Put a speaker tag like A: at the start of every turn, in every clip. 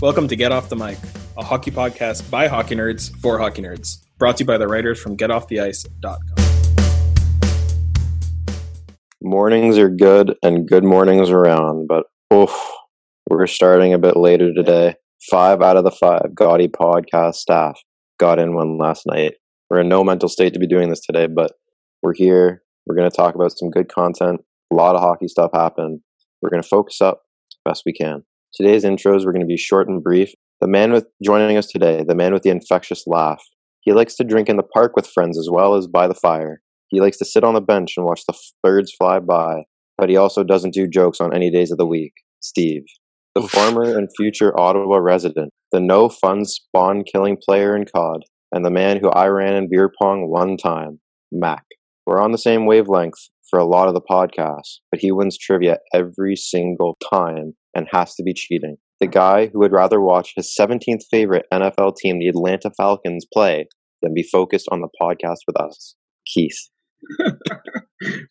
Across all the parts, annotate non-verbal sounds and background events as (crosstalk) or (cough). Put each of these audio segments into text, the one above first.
A: Welcome to Get Off the Mic, a hockey podcast by hockey nerds for hockey nerds, brought to you by the writers from getofftheice.com.
B: mornings are good and good mornings around, but oof, we're starting a bit later today. Five out of the five gaudy podcast staff got in one last night. We're in no mental state to be doing this today, but we're here. We're going to talk about some good content. A lot of hockey stuff happened. We're going to focus up best we can. Today's intros were going to be short and brief. The man with joining us today, the man with the infectious laugh. He likes to drink in the park with friends as well as by the fire. He likes to sit on a bench and watch the f- birds fly by, but he also doesn't do jokes on any days of the week. Steve, the
C: Oof.
B: former and future Ottawa resident, the no fun spawn killing player in COD, and the man who I ran in beer pong one time, Mac. We're on the same wavelength for a lot of the podcasts, but he wins trivia every single time and has to be cheating. The guy who would rather watch his 17th favorite NFL team, the Atlanta Falcons, play than be focused on the podcast with us, Keith.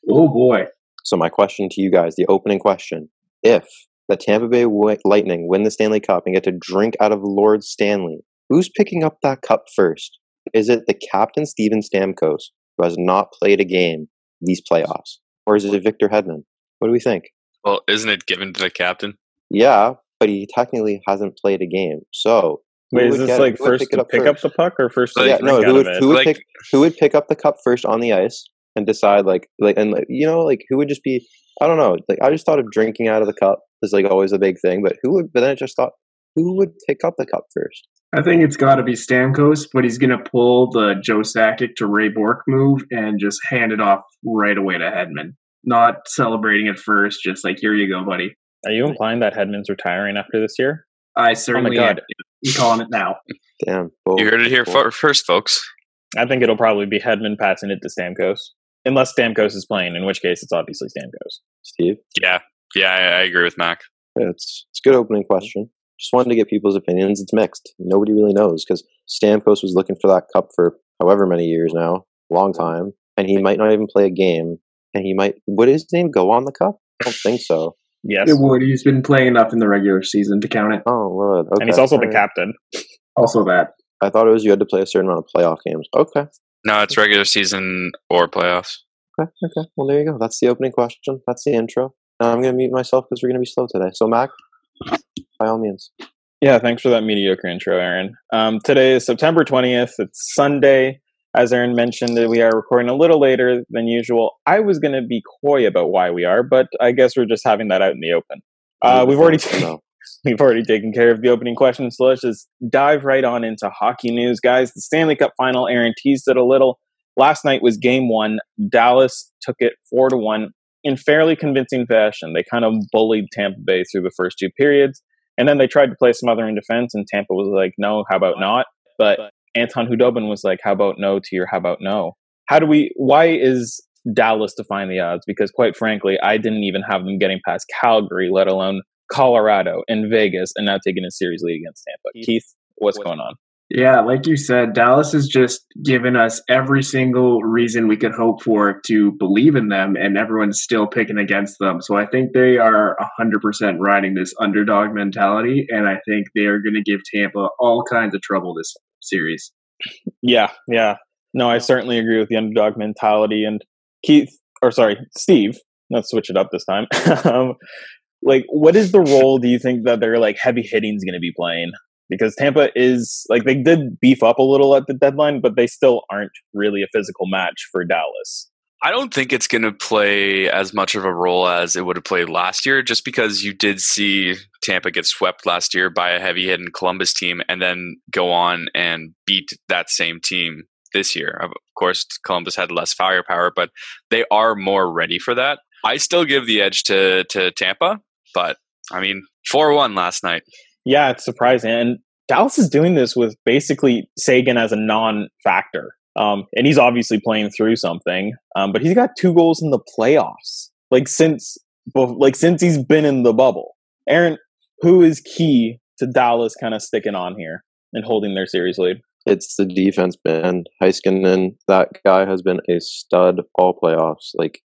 D: Oh boy.
B: So my question to you guys, the opening question: If the Tampa Bay Wi- Lightning win the Stanley Cup and get to drink out of Lord Stanley, who's picking up that cup first? Is it the captain Steven Stamkos, who has not played a game these playoffs, or is it Victor Hedman? What do we think?
C: Well, isn't it given to the captain?
B: Yeah, but he technically hasn't played a game, so. who
A: Wait, is
B: would
A: this
B: get it?
A: like
B: Who would
A: first to pick up
B: first?
A: the puck or first to
C: Yeah,
A: drink
B: no,
A: out
B: who
A: of
B: would-
A: it?
B: who would
C: like,
B: pick- who would pick up the cup first on the ice and decide like like and like, you know like who would just be I don't know like I just thought of drinking out of the cup is like always a big thing, but who would but then I just thought who would pick up the cup first?
D: I think it's got to be Stamkos, but he's going to pull the Joe Sakic to Ray Bork move and just hand it off right away to Hedman. Not celebrating at first, just like, here you go, buddy.
E: Are you implying that Hedman's retiring after this year?
D: I
E: Oh my
D: certainly am.
E: god.
D: You calling it now.
B: Damn, bold,
C: You heard it here
B: bold.
C: fir- first, folks.
E: I think it'll probably be Hedman passing it to Stamkos. Unless Stamkos is playing, in which case it's obviously Stamkos.
B: Steve.
C: Yeah, yeah, I, I agree with Mac.
B: It's it's a good opening
C: Mm-hmm.
B: question. Just wanted to get people's opinions. It's mixed. Nobody really knows because Stamkos was looking for that cup for however many years now, long
C: Mm-hmm.
B: time, and he might not even play a game. And he might would his name go on the cup? I don't think so.
E: Yes.
D: It would. He's been playing enough in the regular season to count it.
B: Oh, Lord. Okay.
E: And he's also the
B: alright.
E: captain.
D: Also, that.
B: I thought it was you had to play a certain amount of playoff games. Okay.
C: No, it's regular season or playoffs.
B: Okay. Okay. Well, there you go. That's the opening question. That's the intro. And I'm going to mute myself because we're going to be slow today. So, Mac, by all means.
E: Yeah, thanks for that mediocre intro, Aaron. Um, today is September 20th. It's Sunday. As Aaron mentioned, we are recording a little later than usual. I was going to be coy about why we are, but I guess we're just having that out in the open. Uh, we've already (laughs)
B: No.
E: we've already taken care of the opening questions, so let's just dive right on into hockey news, guys. The Stanley Cup final, Aaron teased it a little. Last night was game one. Dallas took it four to one in fairly convincing fashion. They kind of bullied Tampa Bay through the first two periods, and then they tried to play some other in defense, and Tampa was like, "No, how about not?" But Anton Hudobin was like, "How about no to your how about no?" How do we? Why is Dallas defying the odds? Because quite frankly, I didn't even have them getting past Calgary, let alone Colorado and Vegas, and now taking it seriously against Tampa. Keith, what's going on?
D: Yeah, like you said, Dallas has just given us every single reason we could hope for to believe in them, and everyone's still picking against them. So I think they are 100% riding this underdog mentality, and I think they are going to give Tampa all kinds of trouble this series.
E: Yeah, yeah. No, I certainly agree with the underdog mentality. And Keith, or sorry, Steve, let's switch it up this time. (laughs) um, like, what is the role do you think that their like heavy hitting's going to be playing? Because Tampa is like they did beef up a little at the deadline, but they still aren't really a physical match for Dallas.
C: I don't think it's going to play as much of a role as it would have played last year, just because you did see Tampa get swept last year by a heavy hitting Columbus team and then go on and beat that same team this year. Of course, Columbus had less firepower, but they are more ready for that. I still give the edge to, to Tampa, but I mean, 4 1 last night.
E: Yeah, it's surprising. And Dallas is doing this with basically Sagan as a non-factor, um, and he's obviously playing through something. Um, but he's got two goals in the playoffs, like since bef- like since he's been in the bubble. Aaron, who is key to Dallas kind of sticking on here and holding their series lead?
B: It's the defense, man. Heiskanen, that guy has been a stud all playoffs. Like,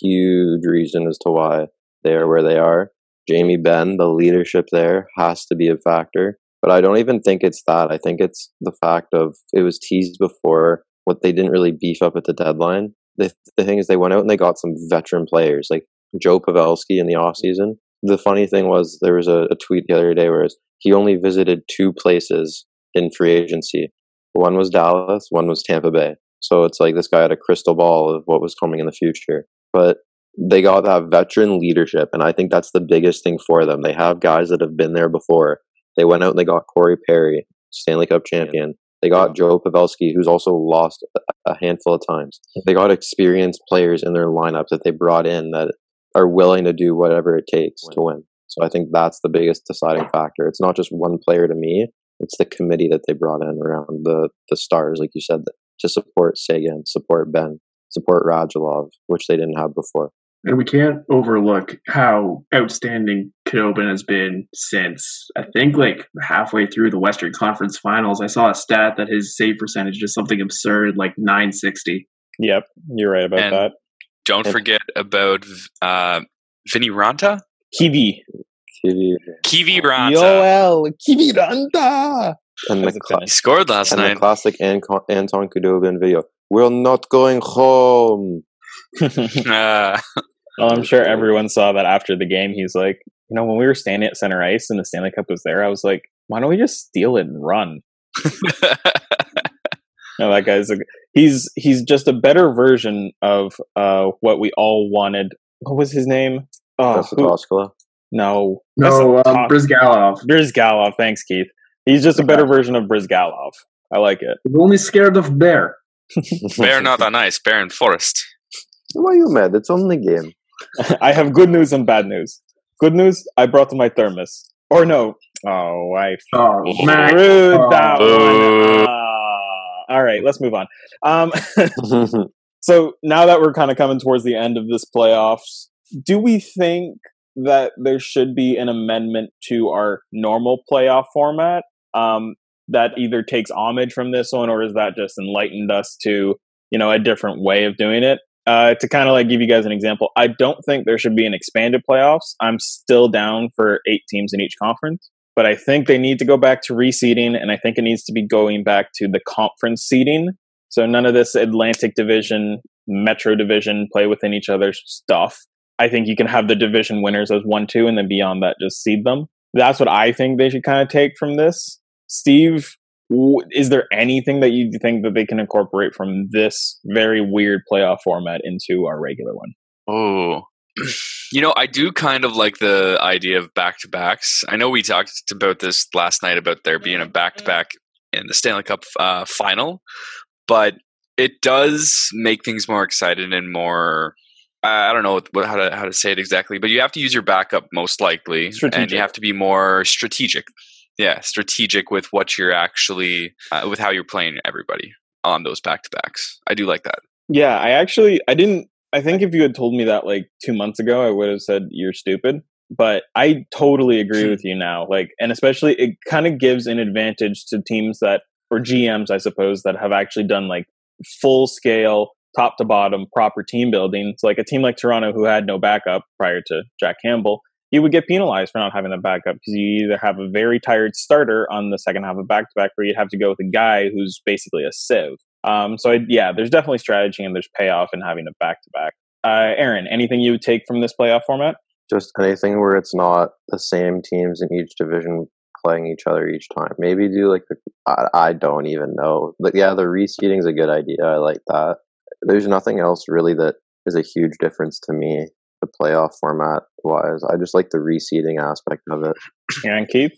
B: huge reason as to why they are where they are. Jamie Benn, the leadership there has to be a factor. But I don't even think it's that. I think it's the fact of it was teased before what they didn't really beef up at the deadline. The, the thing is, they went out and they got some veteran players like Joe Pavelski in the offseason. The funny thing was, there was a, a tweet the other day where it was, he only visited two places in free agency. One was Dallas, one was Tampa Bay. So it's like this guy had a crystal ball of what was coming in the future. But they got that veteran leadership, and I think that's the biggest thing for them. They have guys that have been there before. They went out and they got Corey Perry, Stanley Cup champion. They got Joe Pavelski, who's also lost a handful of times. They got experienced players in their lineup that they brought in that are willing to do whatever it takes to win. So I think that's the biggest deciding factor. It's not just one player to me; it's the committee that they brought in around the the stars, like you said, to support Sagan, support Ben, support Radulov, which they didn't have before.
D: And we can't overlook how outstanding Kudobin has been since I think like halfway through the Western Conference Finals. I saw a stat that his save percentage is something absurd, like 960.
E: Yep, you're right about
C: And-
E: that.
C: Don't forget about uh, Vinny Ranta,
E: Kiwi.
B: Kiwi
C: Kiwi Ranta.
E: Yoel (laughs) Kiviranta.
B: And
E: How's
B: the
E: it
B: cla-
C: He scored last
B: and
C: night.
B: the classic Anco- Anton Kudobin video. We're not going home.
E: finish?
C: (laughs) Uh,
E: well, Oh, I'm sure everyone saw that after the game. He's like, you know, when we were standing at center ice and the Stanley Cup was there, I was like, why don't we just steal it and run? No, that guy's a, he's he's just a better version of uh what we all wanted. What was his name? Oh,
B: That's the
E: who,
B: Toskala.
E: no,
D: No,
E: That's a
D: um,
E: top-
D: Brizgalov.
E: Brizgalov. Thanks, Keith. He's just a better version of Brizgalov. I like it.
D: I'm only scared of bear.
C: Bear not on ice, Bear in forest.
B: Why are you mad? It's only game.
E: (laughs) I have good news and bad news. Good news, I brought my thermos. Or no, oh, I
D: Oh, man.
E: screwed that
C: Boo.
E: one. Ah. all right, let's move on. Um,
B: (laughs)
E: So now that we're kind of coming towards the end of this playoffs, do we think that there should be an amendment to our normal playoff format um, that either takes homage from this one, or is that just enlightened us to you know a different way of doing it? Uh, to kind of like give you guys an example, I don't think there should be an expanded playoffs. I'm still down for eight teams in each conference, but I think they need to go back to reseeding, and I think it needs to be going back to the conference seeding so none of this Atlantic division, Metro division play within each other stuff. I think you can have the division winners as one, two, and then beyond that, just seed them. That's what I think they should kind of take from this. Steve, w- is there anything that you think that they can incorporate from this very weird playoff format into our regular one?
C: Oh. You know, I do kind of like the idea of back to backs. I know we talked about this last night about there being a back to back in the Stanley Cup uh, final, but it does make things more exciting and more. I I don't know what, how to how to say it exactly, but you have to use your backup most likely, and you
E: Strategic.
C: have to be more strategic. Yeah, strategic with what you're actually uh, with how you're playing everybody on those back to backs. I do like that.
E: Yeah, I actually I didn't I think if you had told me that like 2 months ago I would have said you're stupid, but I totally agree with you now. Like and especially it kind of gives an advantage to teams that or GMs I suppose that have actually done like full scale top to bottom proper team building. So like a team like Toronto who had no backup prior to Jack Campbell, you would get penalized for not having a backup because you either have a very tired starter on the second half of back to back or you'd have to go with a guy who's basically a sieve. Um, so I, yeah, there's definitely strategy and there's payoff in having a back to back. Uh, Aaron, anything you would take from this playoff format?
B: just anything where it's not the same teams in each division playing each other each time. Maybe do like the, I, I don't even know. But yeah, the reseeding is a good idea. I like that. There's nothing else really that is a huge difference to me. The playoff format wise, I just like the reseeding aspect of it.
E: Aaron Keith,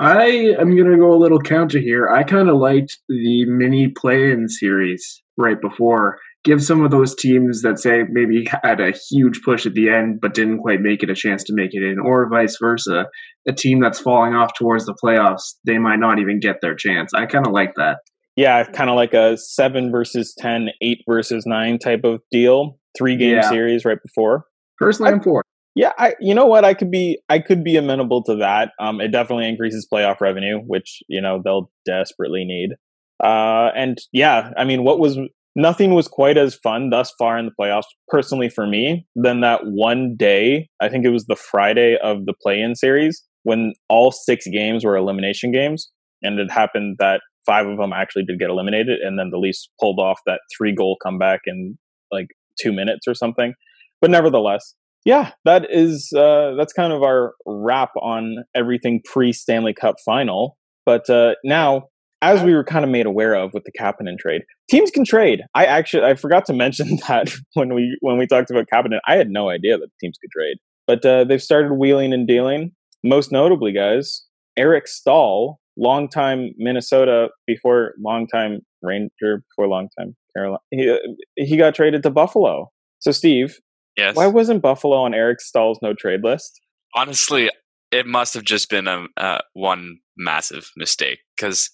D: I am going to go a little counter here. I kind of liked the mini play in series right before. Give some of those teams that say maybe had a huge push at the end but didn't quite make it a chance to make it in, or vice versa. A team that's falling off towards the playoffs, they might not even get their chance. I kind of like that.
E: yeah, kind of like a seven versus ten, eight versus nine type of deal, three game
D: Yeah.
E: series right before.
D: Personally, I'm for it.
E: Yeah, I you know what I could be I could be amenable to that. Um, it definitely increases playoff revenue, which you know they'll desperately need. Uh, and yeah, I mean, what was nothing was quite as fun thus far in the playoffs, personally for me, than that one day. I think it was the Friday of the play-in series when all six games were elimination games, and it happened that five of them actually did get eliminated, and then the Leafs pulled off that three goal comeback in like two minutes or something. But nevertheless, yeah, that is uh, that's kind of our wrap on everything pre Stanley Cup final. But uh, now, as we were kind of made aware of with the Kapanen trade, teams can trade. I actually I forgot to mention (laughs) that when we when we talked about Kapanen, I had no idea that teams could trade. But uh, they've started wheeling and dealing. Most notably, guys, Eric Stahl, longtime Minnesota before longtime Ranger before longtime Carolina, he, uh, he got traded to Buffalo. So Steve,
C: Yes.
E: why wasn't Buffalo on Eric Stahl's no trade list?
C: honestly, it must have just been a uh, one massive mistake because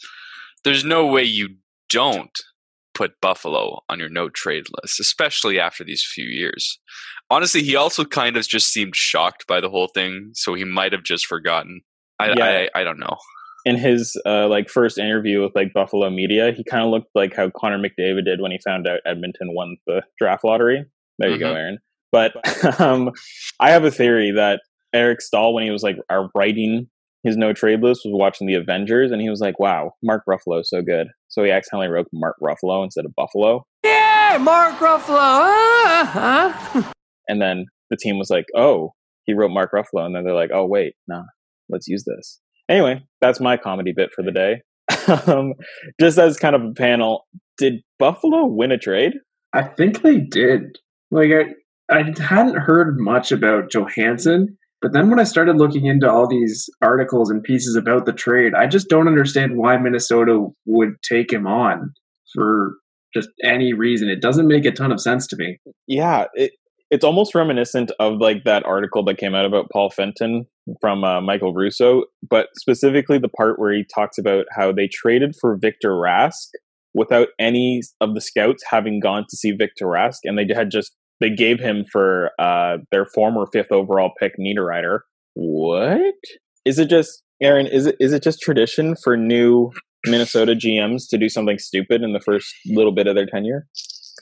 C: there's no way you don't put Buffalo on your no trade list, especially after these few years. Honestly, he also kind of just seemed shocked by the whole thing, so he might have just forgotten. I
E: Yeah.
C: I, I don't know.
E: In his uh, like first interview with like Buffalo media, he kind of looked like how Connor McDavid did when he found out Edmonton won the draft lottery. There you go,
C: Mhm.
E: Aaron. But (laughs) um, I have a theory that Eric Stahl, when he was like uh, writing his no trade list, was watching the Avengers, and he was like, "Wow, Mark Ruffalo is so good." So he accidentally wrote Mark Ruffalo instead of Buffalo,
F: Yeah, Mark Ruffalo. Huh?
E: and then the team was like, "Oh, he wrote Mark Ruffalo," and then they're like, "Oh, wait, nah, let's use this." Anyway, that's my comedy bit for the day. (laughs) um, just as kind of a panel, did Buffalo win a trade?
D: I think they did. Like I, I hadn't heard much about Johansson, but then when I started looking into all these articles and pieces about the trade, I just don't understand why Minnesota would take him on for just any reason. It doesn't make a ton of sense to me.
E: yeah it, it's almost reminiscent of like that article that came out about paul fenton from uh, michael russo but specifically the part where he talks about how they traded for victor rask without any of the scouts having gone to see victor rask and they had just they gave him for uh, their former fifth overall pick niederreiter what is it just aaron is it is it just tradition for new minnesota gms to do something stupid in the first little bit of their tenure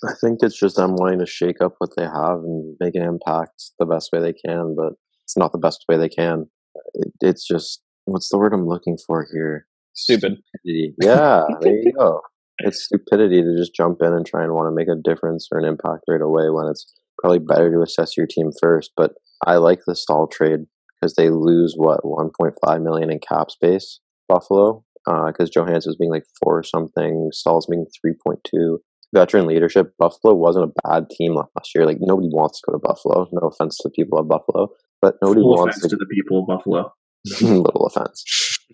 B: I think it's just them wanting to shake up what they have and make an impact the best way they can, but it's not the best way they can. It, it's just what's the word I'm looking for here?
E: stupid
D: (laughs)
B: Stupidity. Yeah, there you go. It's stupidity to just jump in and try and want to make a difference or an impact right away when it's probably better to assess your team first. But I like the stall trade because they lose what 1.5 million in cap space Buffalo because Johansson's being like four or something, Stahl's being 3.2 veteran leadership. Buffalo wasn't a bad team last year. Like nobody wants to go to Buffalo. No offense to the people at Buffalo, but nobody
D: Full
B: wants
D: offense to the people of Buffalo.
B: to. (laughs) little offense.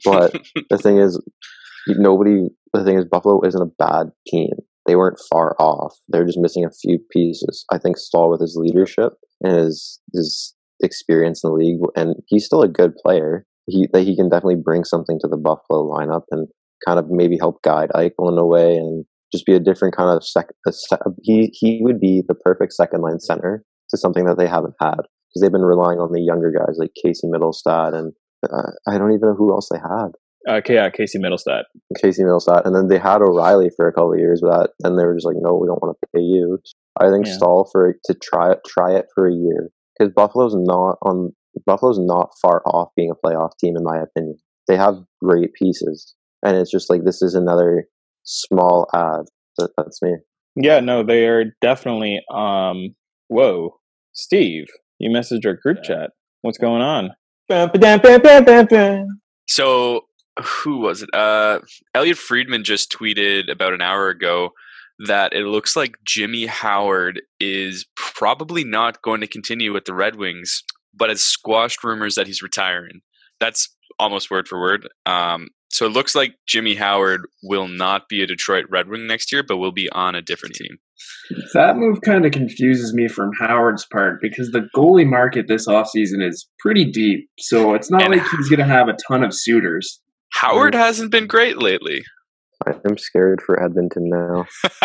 B: But the thing is, nobody. The thing is, Buffalo isn't a bad team. They weren't far off. They're just missing a few pieces. I think Stahl with his leadership and his his experience in the league, and he's still a good player. He that he can definitely bring something to the Buffalo lineup and kind of maybe help guide Eichel in a way and just be a different kind of sec. A se- he he would be the perfect second line center to something that they haven't had because they've been relying on the younger guys like Casey Middlestad and uh, I don't even know who else they had.
E: uh, yeah casey middlestat
B: Casey Millsat, and then they had O'Reilly for a couple of years, but then they were just like, no, we don't want to pay you. I think
E: Yeah.
B: Stahl for to try it, try it for a year because Buffalo's not on Buffalo's not far off being a playoff team in my opinion. They have great pieces, and it's just like this is another small ad. That, that's me.
E: Yeah, no, they are definitely. Um, whoa, Steve, you messaged our group chat. What's going on? Bam, ba-dam, bam, bam, bam, bam.
C: So who was it? Uh, Elliot Friedman just tweeted about an hour ago that it looks like Jimmy Howard is probably not going to continue with the Red Wings, but has squashed rumors that he's retiring. That's almost word for word. Um, so it looks like Jimmy Howard will not be a Detroit Red Wing next year, but will be on a different team.
D: That move kind of confuses me from Howard's part because the goalie market this offseason is pretty deep. So it's not
C: And-
D: like he's going to have a ton of suitors. (laughs)
C: Howard hasn't been great lately.
B: I am scared for Edmonton now.
E: (laughs)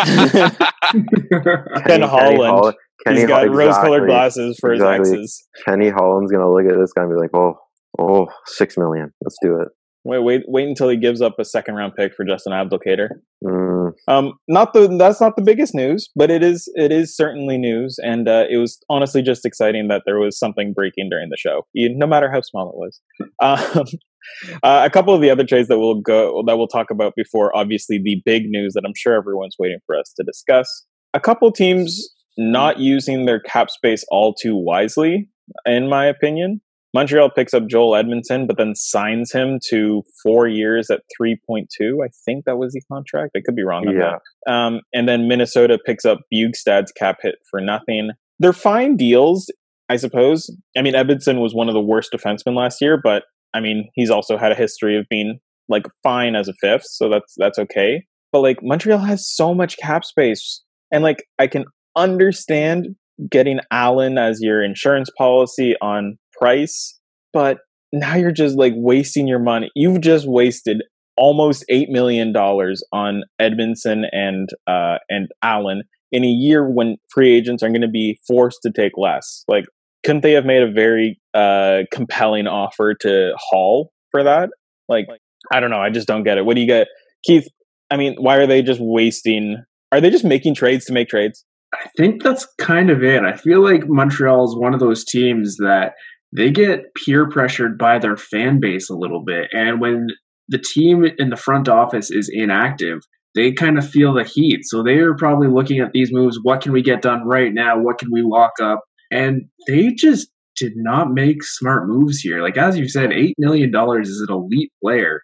E: Ben Holland.
B: Holl- Kenny
E: He's got
B: Holl-
E: rose-colored
B: exactly.
E: glasses for his
B: Exactly.
E: exes.
B: Kenny Holland's gonna look at this guy and be like, oh, oh, six million. Let's do it.
E: Wait, wait, wait until he gives up a second-round pick for Justin Abdulkader.
B: Mm,
E: Um, not the that's not the biggest news, but it is it is certainly news, and uh, it was honestly just exciting that there was something breaking during the show, e- no matter how small it was. Um, (laughs) uh, a couple of the other trades that we'll go that we'll talk about before, obviously the big news that I'm sure everyone's waiting for us to discuss. A couple teams not using their cap space all too wisely, in my opinion. Montreal picks up Joel Edmondson, but then signs him to four years at 3.2. I think that was the contract. I could be wrong on
B: Yeah.
E: that. Um, and then Minnesota picks up Bugstad's cap hit for nothing. They're fine deals, I suppose. I mean, Edmondson was one of the worst defensemen last year, but I mean, he's also had a history of being like fine as a fifth, so that's that's okay. But like Montreal has so much cap space, and like I can understand getting Allen as your insurance policy on price, but now you're just like wasting your money. You've just wasted almost eight million dollars on Edmondson and uh, and Allen in a year when free agents are going to be forced to take less. Like, couldn't they have made a very uh, compelling offer to Hall for that? Like, I don't know. I just don't get it. What do you get, Keith? I mean, why are they just wasting? Are they just making trades to make trades?
D: I think that's kind of it. I feel like Montreal is one of those teams that they get peer pressured by their fan base a little bit. And when the team in the front office is inactive, they kind of feel the heat. So they are probably looking at these moves. What can we get done right now? What can we lock up? And they just did not make smart moves here. Like, as you said, $8 million is an elite player.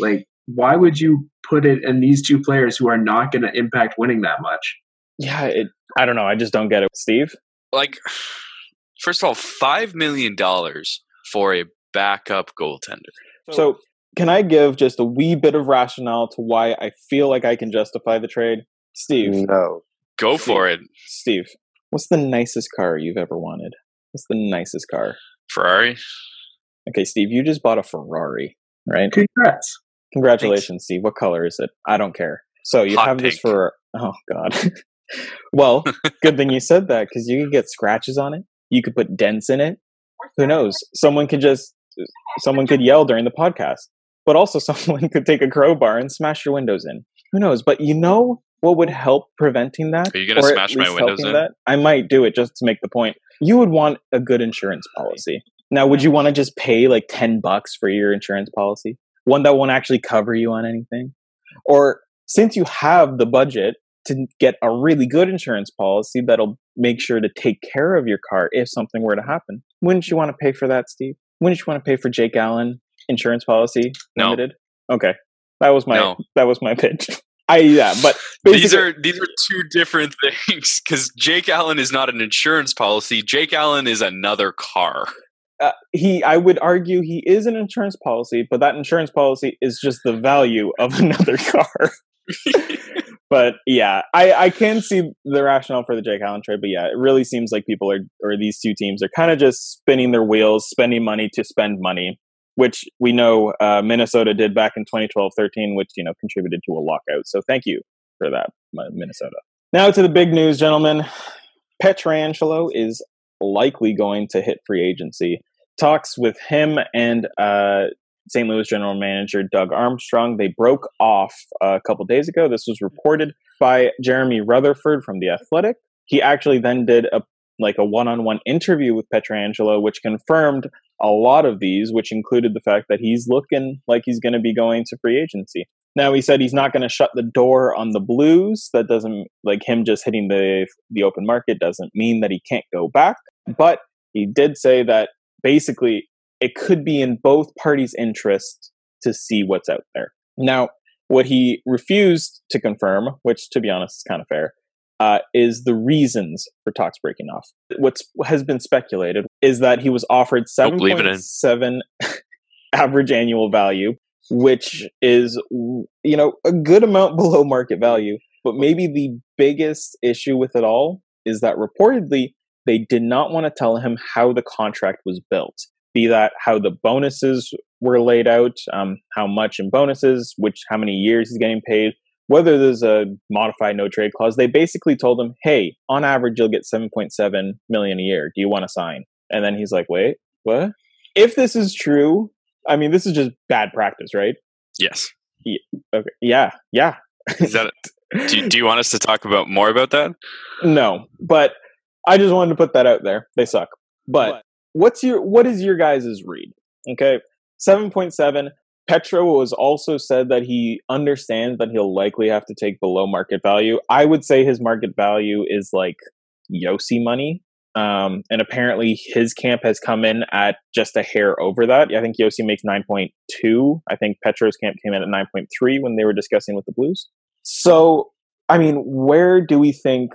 D: Like, why would you put it in these two players who are not going to impact winning that much?
E: Yeah, it, I don't know. I just don't get it, Steve.
C: like (sighs) first of all, five million dollars for a backup goaltender.
E: So, can I give just a wee bit of rationale to why I feel like I can justify the trade? Steve,
B: No.
C: Go for it,
E: Steve, what's the nicest car you've ever wanted? What's the nicest car?
C: Ferrari.
E: Okay, Steve, you just bought a Ferrari, right?
D: Congrats.
E: Congratulations, Steve. What color is it? I don't care. So you
C: Hot
E: have this
C: pink.
E: for oh god. (laughs) well, good thing you said that because you could get scratches on it. You could put dents in it. Who knows? Someone could just someone could yell during the podcast, but also (laughs) someone could take a crowbar and smash your windows in. Who knows? But you know what would help preventing that?
C: Are you gonna
E: Or at
C: smash my
E: least
C: windows
E: helping
C: in?
E: I might do it just to make the point. You would want a good insurance policy. Now, would you
C: Mm-hmm.
E: want to just pay like ten bucks for your insurance policy? one that won't actually cover you on anything? Or since you have the budget to get a really good insurance policy that'll make sure to take care of your car if something were to happen, wouldn't you want to pay for that, Steve? Wouldn't you want to pay for Jake Allen insurance policy
C: No.
E: limited? Okay. That was my (laughs)
C: No.
E: that was my pitch. I yeah, but basically
C: these are these are two different (laughs) things because Jake Allen is not an insurance policy. Jake Allen is another car.
E: uh, he I would argue he is an insurance policy, but that insurance policy is just the value of (laughs) another car. but yeah, I, I can see the rationale for the Jake Allen trade, but yeah, it really seems like people are or these two teams are kind of just spinning their wheels, spending money to spend money, which we know uh, Minnesota did back in 2012-13, which you know contributed to a lockout. So thank you for that, Mi- Minnesota. Now to the big news, gentlemen. Petrangelo is likely going to hit free agency talks with him and uh, St. Louis general manager Doug Armstrong. They broke off a couple days ago. This was reported by Jeremy Rutherford from The Athletic. He actually then did a like a one-on-one interview with Petrangelo, which confirmed a lot of these, which included the fact that he's looking like he's going to be going to free agency. Now he said he's not going to shut the door on the Blues. That doesn't like him just hitting the the open market doesn't mean that he can't go back. But he did say that basically it could be in both parties' interest to see what's out there. Now, what he refused to confirm, which to be honest is kind of fair, uh, is the reasons for talks breaking off. What's what has been speculated is that he was offered
C: Don't
E: seven
C: believe it eh? in.
E: point seven (laughs) average annual value, which is you know a good amount (laughs) below market value. But maybe the biggest issue with it all is that reportedly they did not want to tell him how the contract was built be that how the bonuses were laid out um, how much in bonuses which how many years he's getting paid whether there's a modified no trade clause they basically told him hey on average you'll get 7.7 million a year do you want to sign and then he's like wait what if this is true i mean this is just bad practice right
C: Yes,
E: okay yeah yeah
C: Is that, do,
E: (laughs)
C: you, do you want us to talk about more about that?
E: No, but I just wanted to put that out there. They suck. But what's your what is your guys' read? Okay, seven point seven. Petro was also said that he understands that he'll likely have to take below market value. I would say his market value is like Yossi money. Um, and apparently his camp has come in at just a hair over that. I think Yossi makes 9.2. I think Petro's camp came in at 9.3 when they were discussing with the Blues. So, I mean, where do we think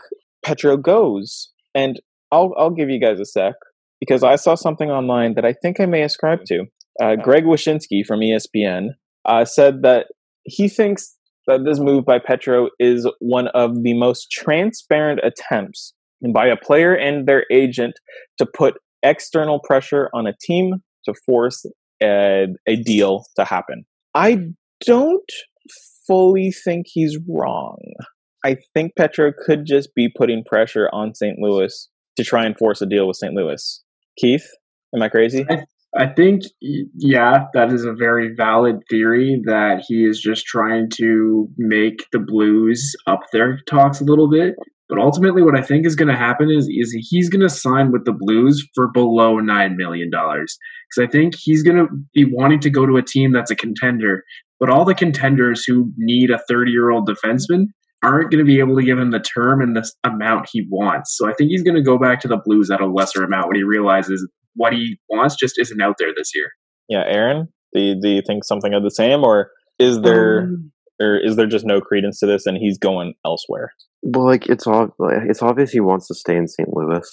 E: Petro goes? And I'll, I'll give you guys a sec because I saw something online that I think I may ascribe to. Uh, Greg Wyszynski from E ESPN uh, said that he thinks that this move by Petro is one of the most transparent attempts by a player and their agent to put external pressure on a team to force a, a deal to happen. I don't fully think he's wrong. I think Petro could just be putting pressure on St. Louis to try and force a deal with St. Louis. Keith, am I crazy?
D: I think, y- yeah, that is a very valid theory that he is just trying to make the Blues up their talks a little bit. But ultimately, what I think is going to happen is is he's going to sign with the Blues for below nine million dollars because I think he's going to be wanting to go to a team that's a contender. But all the contenders who need a thirty year old defenseman aren't going to be able to give him the term and the s- amount he wants. So I think he's going to go back to the Blues at a lesser amount when he realizes what he wants just isn't out there this year.
E: Yeah, Aaron, do you, do you think something of the same, or is there or is there just no credence to this and he's going elsewhere?
B: Well, like it's all like, it's obvious he wants to stay in St. Louis.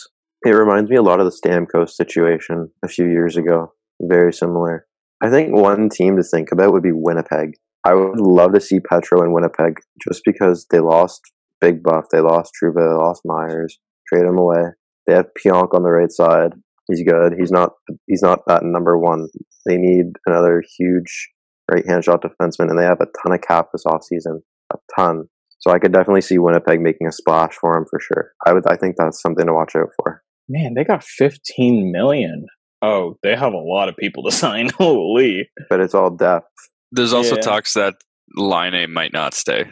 B: It reminds me a lot of the Stamkos situation a few years ago. Very similar. I think one team to think about would be Winnipeg. I would love to see Petro in Winnipeg just because they lost Big Buff, they lost Truba, they lost Myers. Trade him away. They have Pionk on the right side. He's good. He's not. He's not that number one. They need another huge right-hand shot defenseman, and they have a ton of cap this offseason. A ton. So I could definitely see Winnipeg making a splash for him for sure. I would I think that's something to watch out for.
E: Man, they got 15 million. Oh, they have a lot of people to (laughs) sign. Holy.
B: But it's all depth
C: There's also
E: Yeah.
C: talks that Line A might not stay.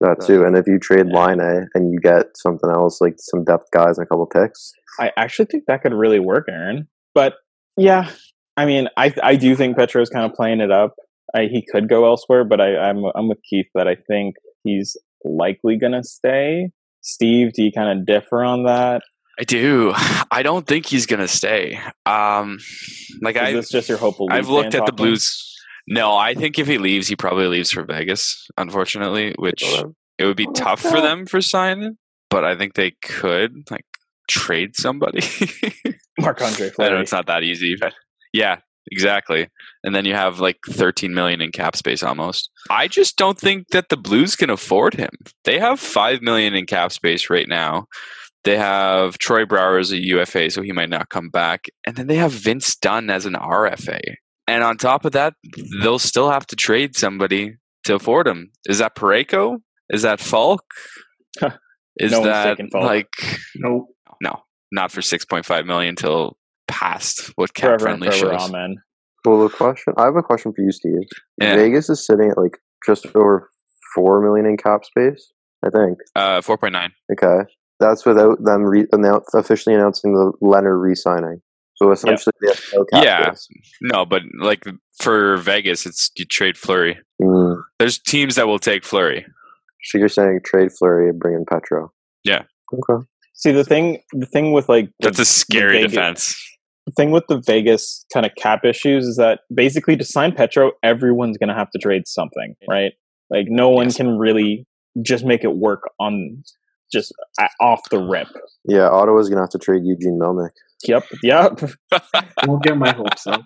B: that too. And if you trade
E: Yeah.
B: line A and you get something else like some depth guys and a couple picks,
E: I actually think that could really work, Aaron. But yeah, I mean, I I do think Petro's kind of playing it up. I, he could go elsewhere, but I, I'm I'm with Keith that I think he's likely gonna stay. Steve, do you kind of differ on that?
C: I do. (sighs) I don't think he's gonna stay. Um, like
E: Is
C: I,
E: this just your hopeful?
C: I've
E: Leafs
C: looked
E: fan
C: at the
E: talking?
C: Blues. No, I think if he leaves, he probably leaves for Vegas. Unfortunately, which it would be tough for them for signing, but I think they could like trade somebody. (laughs)
E: Marc Andre
C: I know
E: Fleury.
C: it's not that easy, but yeah, exactly. And then you have like 13 million in cap space almost. I just don't think that the Blues can afford him. They have 5 million in cap space right now. They have Troy Brower as a UFA, so he might not come back. And then they have Vince Dunn as an RFA. And on top of that, they'll still have to trade somebody to afford him. Is that Pareko? Is that Falk?
E: Huh.
C: Is
E: No one's
C: that
E: taking Falk.
C: like
D: Nope.
C: not for 6.5 million till past what cap
E: Forever and
C: friendly
E: forever,
C: shows.
E: amen.
B: well the question I have a question for you, Steve.
C: Yeah,
B: Vegas is sitting at like just over four million in cap space, I think.
C: uh, 4.9.
B: Okay. That's without them re- annou- officially announcing the Leonard re signing. So essentially they have no cap
C: Yeah.
B: space.
C: No, but like for Vegas, it's you trade Flurry.
B: Mm.
C: There's teams that will take Flurry.
B: So you're saying trade Flurry and bring in Petro?
C: Yeah.
B: Okay.
E: See the thing, the thing with like the
C: That's a scary
E: Vegas-
C: defense.
E: the thing with the Vegas kind of cap issues is that basically to sign Petro, everyone's going to have to trade something, right? Like no one
C: Yes.
E: can really just make it work on just a- off the rip.
B: Yeah, Ottawa's gonna have to trade Eugene Melnick.
E: Yep, yep.
D: Don't get my hopes up.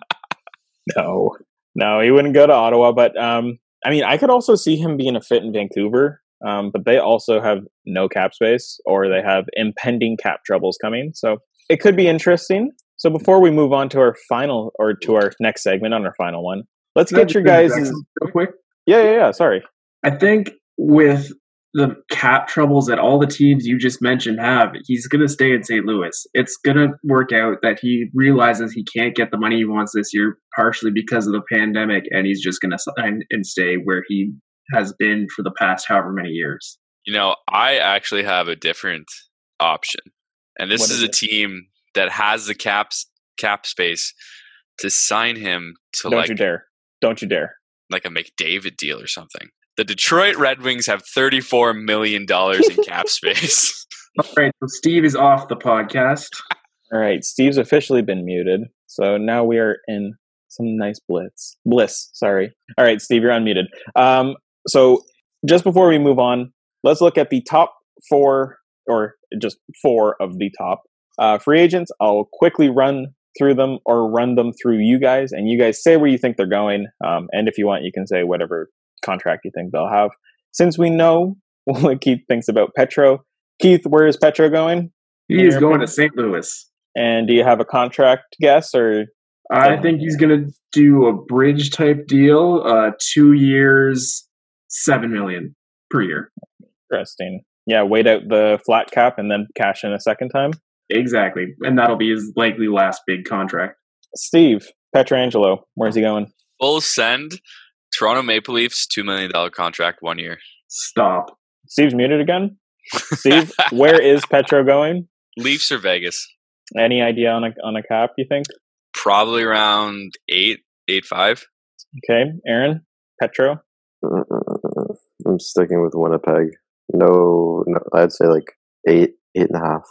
E: No, no, he wouldn't go to Ottawa. But um, I mean, I could also see him being a fit in Vancouver. Um, but they also have no cap space, or they have impending cap troubles coming. So it could be interesting. So before we move on to our final or to our next segment on our final one, let's
D: Can I
E: get
D: just
E: your
D: interject
E: guys'
D: real quick.
E: Yeah, yeah, yeah. Sorry.
D: I think with the cap troubles that all the teams you just mentioned have, he's going to stay in St. Louis. It's going to work out that he realizes he can't get the money he wants this year, partially because of the pandemic, and he's just going to sign and stay where he has been for the past however many years.
C: You know, I actually have a different option. And this
E: What
C: is
E: is
C: a
E: it?
C: team that has the caps cap space to sign him to
E: Don't
C: like
E: you dare. Don't you dare.
C: like a McDavid deal or something. The Detroit Red Wings have $34 million in
E: (laughs)
C: cap space.
D: All right, so Steve is off the podcast.
E: All right, Steve's officially been muted, so now we are in some nice blitz. Bliss, sorry. All right, Steve, you're unmuted. Um, so just before we move on, let's look at the top four, or just four of the top uh, free agents. I'll quickly run through them or run them through you guys, and you guys say where you think they're going. Um, and if you want, you can say whatever contract you think they'll have. Since we know (laughs) what Keith thinks about Petro, Keith, where is Petro going?
D: He is going to St. Louis.
E: And do you have a contract guess or
D: I think he's going to do a bridge type deal, uh, two years, seven million per year.
E: interesting? Yeah, wait out the flat cap and then cash in a second time.
D: Exactly, and that'll be his likely last big contract.
E: Steve Petrangelo, where's he going?
C: Full send Toronto Maple Leafs $2 million contract one year.
D: Stop.
E: Steve's muted again. Steve, where is Petro going?
C: Leafs or Vegas?
E: Any idea on a on a cap? You think?
C: Probably around eight, eight five.
E: Okay, Aaron Petro.
B: Mm, I'm sticking with Winnipeg. No, no, I'd say like eight, eight and a half.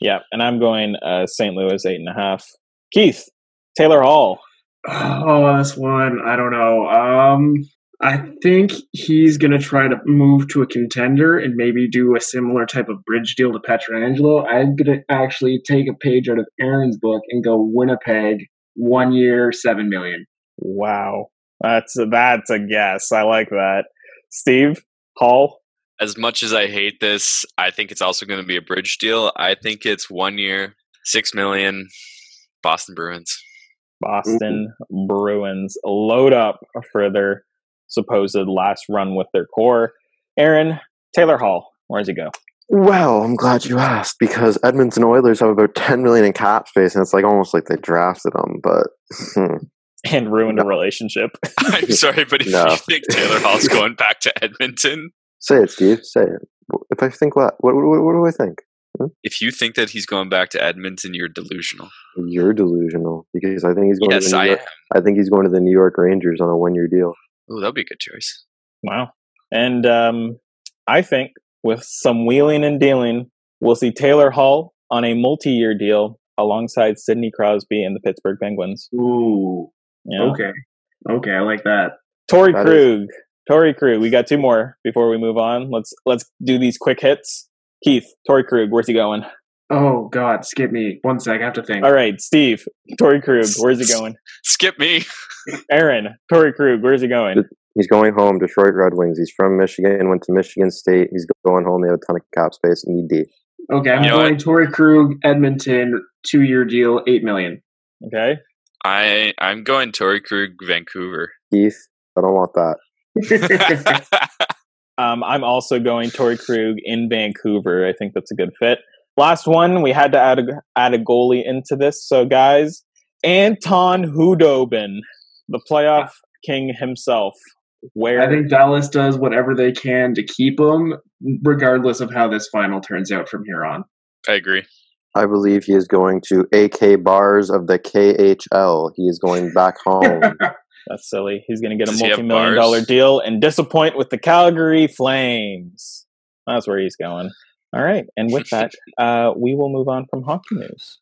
E: Yeah, and I'm going uh, St. Louis eight and a half. Keith Taylor Hall.
D: Oh, this one, I don't know. Um, I think he's going to try to move to a contender and maybe do a similar type of bridge deal to Petrangelo. I'm going to actually take a page out of Aaron's book and go Winnipeg, one year, seven million.
E: Wow, that's a, that's a guess. I like that. Steve Hall.
C: As much as I hate this, I think it's also going to be a bridge deal. I think it's one year, six million. Boston Bruins. (laughs)
E: Boston
B: Mm-hmm.
E: Bruins load up for their supposed last run with their core. Aaron Taylor Hall, where does he go? (laughs)
B: Well, I'm glad you asked because Edmonton Oilers have about 10 million in cap space, and it's like almost like they drafted them. But hmm.
E: And ruined a relationship. (laughs)
B: (laughs)
C: I'm sorry, but if
B: No.
C: you think Taylor Hall's going back to Edmonton,
B: say it, Steve. Say it. If I think what, what, what, what do I think?
C: if you think that he's going back to Edmonton, you're delusional.
B: You're delusional because I think he's going. to
C: Yes,
B: the New
C: I am.
B: York, I think he's going to the New York Rangers on a one-year deal.
C: Oh, that'd be a good choice.
E: Wow. And um, I think with some wheeling and dealing, we'll see Taylor Hall on a multi year deal alongside Sidney Crosby and the Pittsburgh Penguins.
D: Ooh,
E: Yeah.
D: okay. Okay, I like that.
E: Tori
B: Oh, That is-
E: Krug. Tori Krug. We got two more before we move on. Let's let's do these quick hits. Keith, Tori Krug, where's he going?
D: Oh, God, skip me. One sec, I have to think.
E: (laughs) All right, Steve, Tori Krug, where's he going?
C: Skip me.
E: Aaron, Tori Krug, where's he going?
B: He's going home. Detroit Red Wings. He's from Michigan. Went to Michigan State. He's going home. They have a ton of cap space. Need D.
D: Okay, I'm
C: You know
D: going Tory Krug, Edmonton, two year deal, eight million. (laughs)
E: Okay.
C: I I'm going Tory Krug,
B: (laughs)
C: Vancouver. (laughs)
B: Keith, I don't want that.
E: Um, I'm also going Tori Krug in Vancouver. I think that's a good fit. Last one, we had to add a, add a goalie into this. So, guys, Anton Hudobin, the playoff king himself. Where
D: I think Dallas does whatever they can to keep him, regardless of how this final turns out from here on.
C: I agree.
B: I believe he is going to AK Bars of the KHL. He is going back (laughs) home.
E: that's silly. He's going to get a
C: Does he have
E: multi-million
C: bars?
E: dollar deal and disappoint with the Calgary Flames. That's where he's going. All right, and with that, uh, we will move on from hockey news.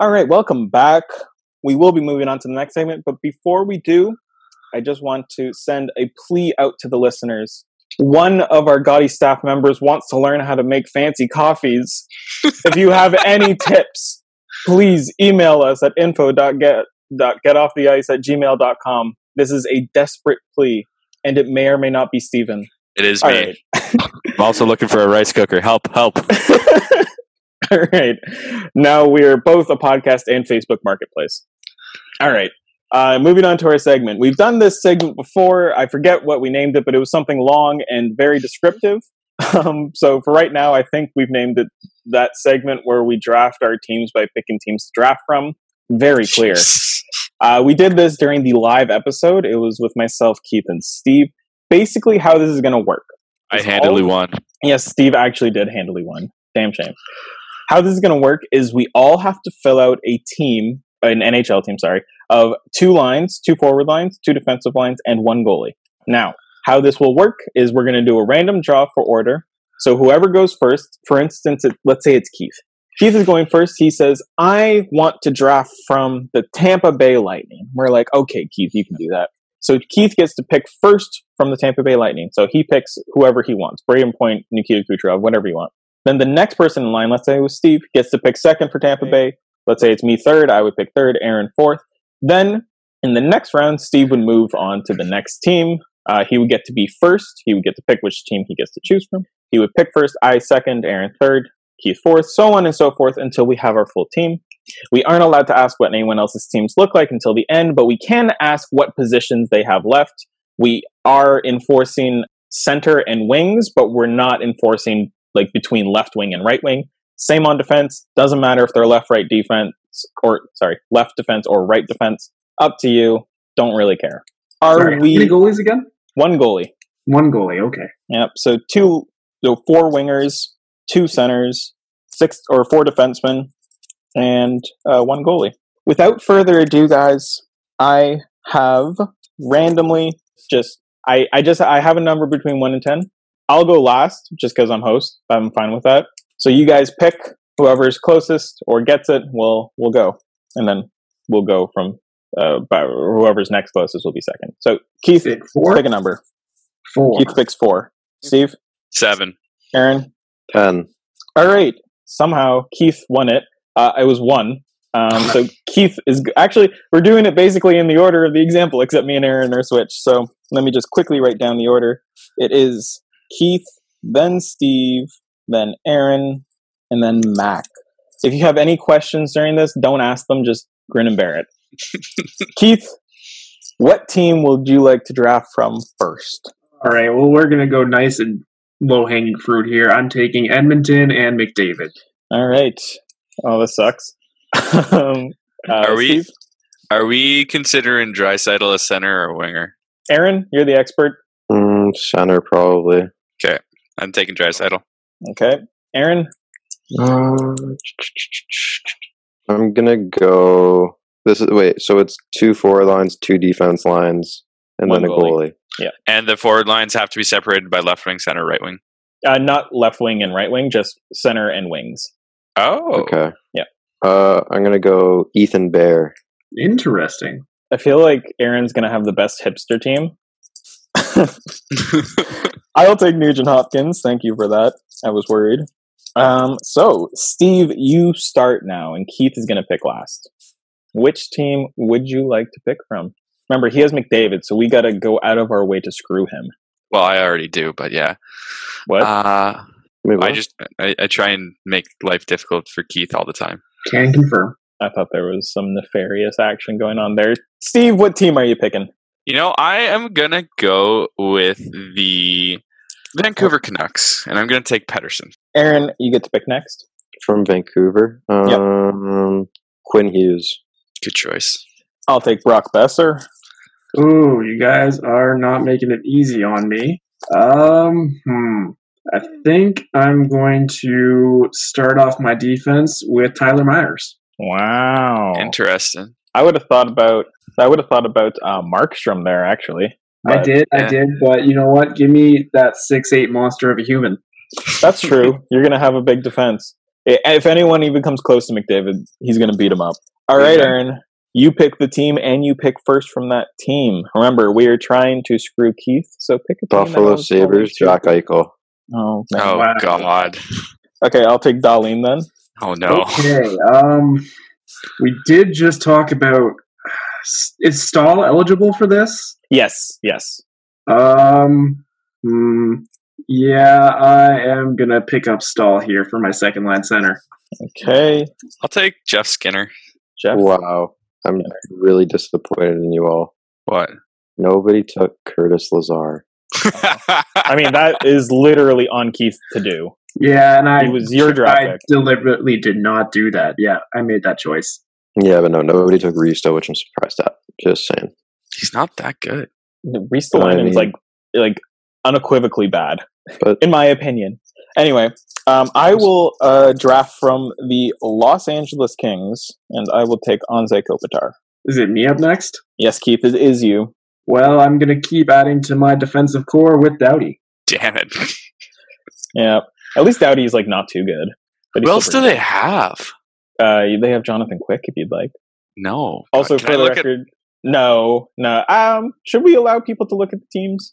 E: All right, welcome back. We will be moving on to the next segment, but before we do, I just want to send a plea out to the listeners. One of our Gotti staff members wants to learn how to make fancy coffees. if you have any tips, please email us at info.get.getofftheice at gmail.com. This is a desperate plea, and it may or may not be Steven.
C: It is
E: All
C: me.
E: right.
C: (laughs) I'm also looking for a rice cooker. Help! Help!
E: (laughs) All right. Now we are both a podcast and Facebook marketplace. All right. Uh, moving on to our segment. We've done this segment before. I forget what we named it, but it was something long and very descriptive. (laughs) Um, so for right now, I think we've named it that segment where we draft our teams by picking teams to draft from.
C: (laughs)
E: Very clear. Uh, we did this during the live episode. It was with myself, Keith, and Steve. Basically, how this is going to work.
C: I handily
E: all-
C: won.
E: Yes, Steve actually did handily win. Damn shame. How this is going to work is we all have to fill out a team, an NHL team, sorry, of two lines, two forward lines, two defensive lines, and one goalie. Now, how this will work is we're going to do a random draw for order. So whoever goes first, for instance, it, let's say it's Keith. Keith is going first. He says, I want to draft from the Tampa Bay Lightning. We're like, okay, Keith, you can do that. So Keith gets to pick first from the Tampa Bay Lightning. So he picks whoever he wants, Braden Point, Nikita Kucherov, whatever you want. Then the next person in line, let's say it was Steve, gets to pick second for Tampa Bay. Let's say it's me third, I would pick third, Aaron fourth. Then in the next round, Steve would move on to the next team. Uh, he would get to be first. He would get to pick which team he gets to choose from. He would pick first, I second, Aaron third, Keith fourth, so on and so forth until we have our full team. We aren't allowed to ask what anyone else's teams look like until the end, but we can ask what positions they have left. We are enforcing center and wings, but we're not enforcing like between left wing and right wing. Same on defense. Doesn't matter if they're left, right defense, or sorry, left defense or right defense. Up to you. Don't really care. Are
D: Sorry, how many
E: we
D: goalies again?
E: one goalie?
D: One goalie. Okay.
E: Yep. So two, so four wingers, two centers, six or four defensemen, and uh, one goalie. Without further ado, guys, I have randomly just I I just I have a number between one and ten. I'll go last just because I'm host. I'm fine with that. So you guys pick whoever's closest or gets it. We'll we'll go, and then we'll go from uh, by whoever's next closest will be second. So Keith,
D: Pick four?
E: pick a number.
D: Four.
E: Keith picks four. Steve,
C: Seven.
E: Aaron.
B: 10.
E: All right. Somehow Keith won it. Uh, it was one. Um, so Keith is g- actually we're doing it basically in the order of the example, except me and Aaron are switched. So let me just quickly write down the order. It is Keith, then Steve, then Aaron, and then Mac. If you have any questions during this, don't ask them. Just grin and bear it. Keith, what team would you like to draft from first?
D: All right. Well, we're gonna go nice and low hanging fruit here. I'm taking Edmonton and McDavid.
E: All right. Oh, this
C: (laughs)
E: sucks. um, uh,
C: Are we-
E: Steve?
C: Are we considering Drysidle a center or a winger?
E: Aaron, you're the expert.
B: Mm, center, probably.
C: I'm taking Drysidle.
E: Okay. Aaron,
B: Uh, I'm gonna go. This is wait. So it's two forward lines, two defense lines, and
E: One
B: then a
E: goalie.
B: goalie.
C: And the forward lines have to be separated by left wing, center, right wing.
E: uh, not left wing and right wing, just center and wings.
C: Oh,
B: Okay.
E: Yeah.
B: Uh, I'm gonna go Ethan Bear.
D: Interesting.
E: I feel like Aaron's going to have the best hipster team.
C: (laughs)
E: I'll take Nugent Hopkins. Thank you for that. I was worried. Um, so, Steve, you start now, and Keith is going to pick last. Which team would you like to pick from? Remember, he has McDavid, so we got to go out of our way to screw him.
C: well, I already do, but yeah.
E: What?
C: Uh,
B: Wait,
C: I
B: what?
C: just I, I try and make life difficult for Keith all the time.
D: Can confirm.
E: I thought there was some nefarious action going on there. Steve, what team are you picking?
C: You know, I am gonna go with the Vancouver Canucks, and I'm gonna take Pedersen.
E: Aaron, you get to pick next.
B: from Vancouver.
E: Yep.
B: Um, Quinn Hughes.
C: Good choice.
E: I'll take Brock Besser.
D: Ooh, you guys are not making it easy on me. Um, hmm. I think I'm going to start off my defense with Tyler Myers.
C: Oh.
E: Wow.
C: Interesting.
E: I would have thought about I would have thought about uh, Markstrom there actually.
D: I
E: But- eh.
D: did, I
C: yeah.
D: did, but you know what? Give me that six eight monster of a human.
E: That's true. You're gonna have a big defense. I- If anyone even comes close to McDavid, he's gonna beat him up. All right,
C: Yeah.
E: Aaron. You pick the team and you pick first from that team. Remember, we are trying to screw Keith, so pick a team. that
B: Buffalo
E: knows what
B: Sabres.
E: we do.
B: Jack Eichel.
E: Oh, man.
C: Oh
D: Wow.
C: God.
E: Okay, I'll take Darlene then.
C: Oh no.
D: Okay. Um, we did just talk about. Is Stahl eligible for this?
E: Yes, yes.
D: Um, hmm, yeah, I am gonna pick up Stahl here for my second line center.
E: Okay,
C: I'll take Jeff Skinner.
E: Jeff.
B: Wow. I'm
E: (laughs)
B: really disappointed in you all.
C: What?
B: Nobody took Curtis Lazar.
E: I mean, that is literally on Keith to do.
D: Yeah, and I
E: It was your draft
D: I
E: pick.
D: deliberately did not do that. Yeah, I made that choice.
B: Yeah, but no, nobody took Risto, which I'm surprised at. Just saying.
C: (laughs) He's not that good.
E: Ristolainen is like like unequivocally bad,
B: But-
E: in my opinion. Anyway, um, I will uh, draft from the Los Angeles Kings, and I will take Anze Kopitar.
D: Is it me up next?
E: Yes, Keith, it is you.
D: Well, I'm going to keep adding to my defensive core with Doughty.
C: Damn it.
E: Yeah, at least Doughty is like not too good. But
C: What
E: he's
C: else do
E: still
C: they have?
E: pretty good. Uh, they have Jonathan Quick if you'd like.
C: No.
E: Also,
C: Can
E: for
C: I
E: the
C: look at-
E: record, no, no. Um, should we allow people to look at the teams?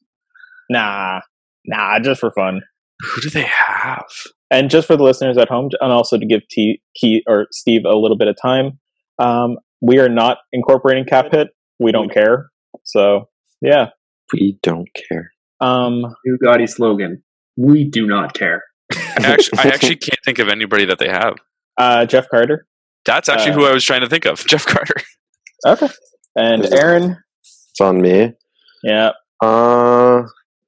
E: Nah, nah, just for fun.
C: who do they
E: (laughs)
C: have?
E: and just for the listeners at home, and also to give T, Key or Steve a little bit of time, um, we are not incorporating cap hit. We don't care. So yeah,
B: We don't care.
E: um,
D: New Gotti slogan. We do not care.
C: I actually, I actually can't think of anybody that they have.
E: uh, Jeff Carter,
C: That's actually
E: Uh,
C: who I was trying to think of. (laughs) Jeff Carter.
E: okay, and
B: Is it-
E: Aaron.
B: It's on me.
E: Yeah,
B: Uh,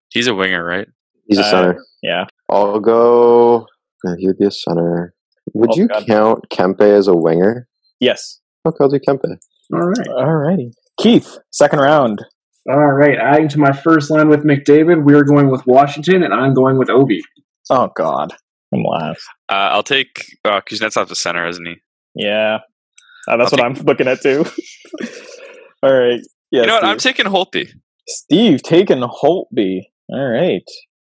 C: He's a winger, right?
B: he's a
E: Uh,
B: center.
E: yeah.
B: I'll go. No, he'd be a center. Would
E: Oh,
B: you
E: God.
B: count Kempe as a winger?
E: Yes.
B: Okay, I'll do Kempe.
D: All right.
E: Alrighty, Keith. Second round.
D: All right. Adding to my first line with McDavid, we're going with Washington, and I'm going with Ovi.
E: Oh God, I'm last.
C: Uh, I'll take uh, Kuznetsov to center, isn't he?
E: Yeah, Uh, that's
C: I'll
E: what I'm (laughs) looking at too. All right. Yeah.
C: you know what?
E: Steve.
C: I'm taking Holtby.
E: Steve taking Holtby. All right.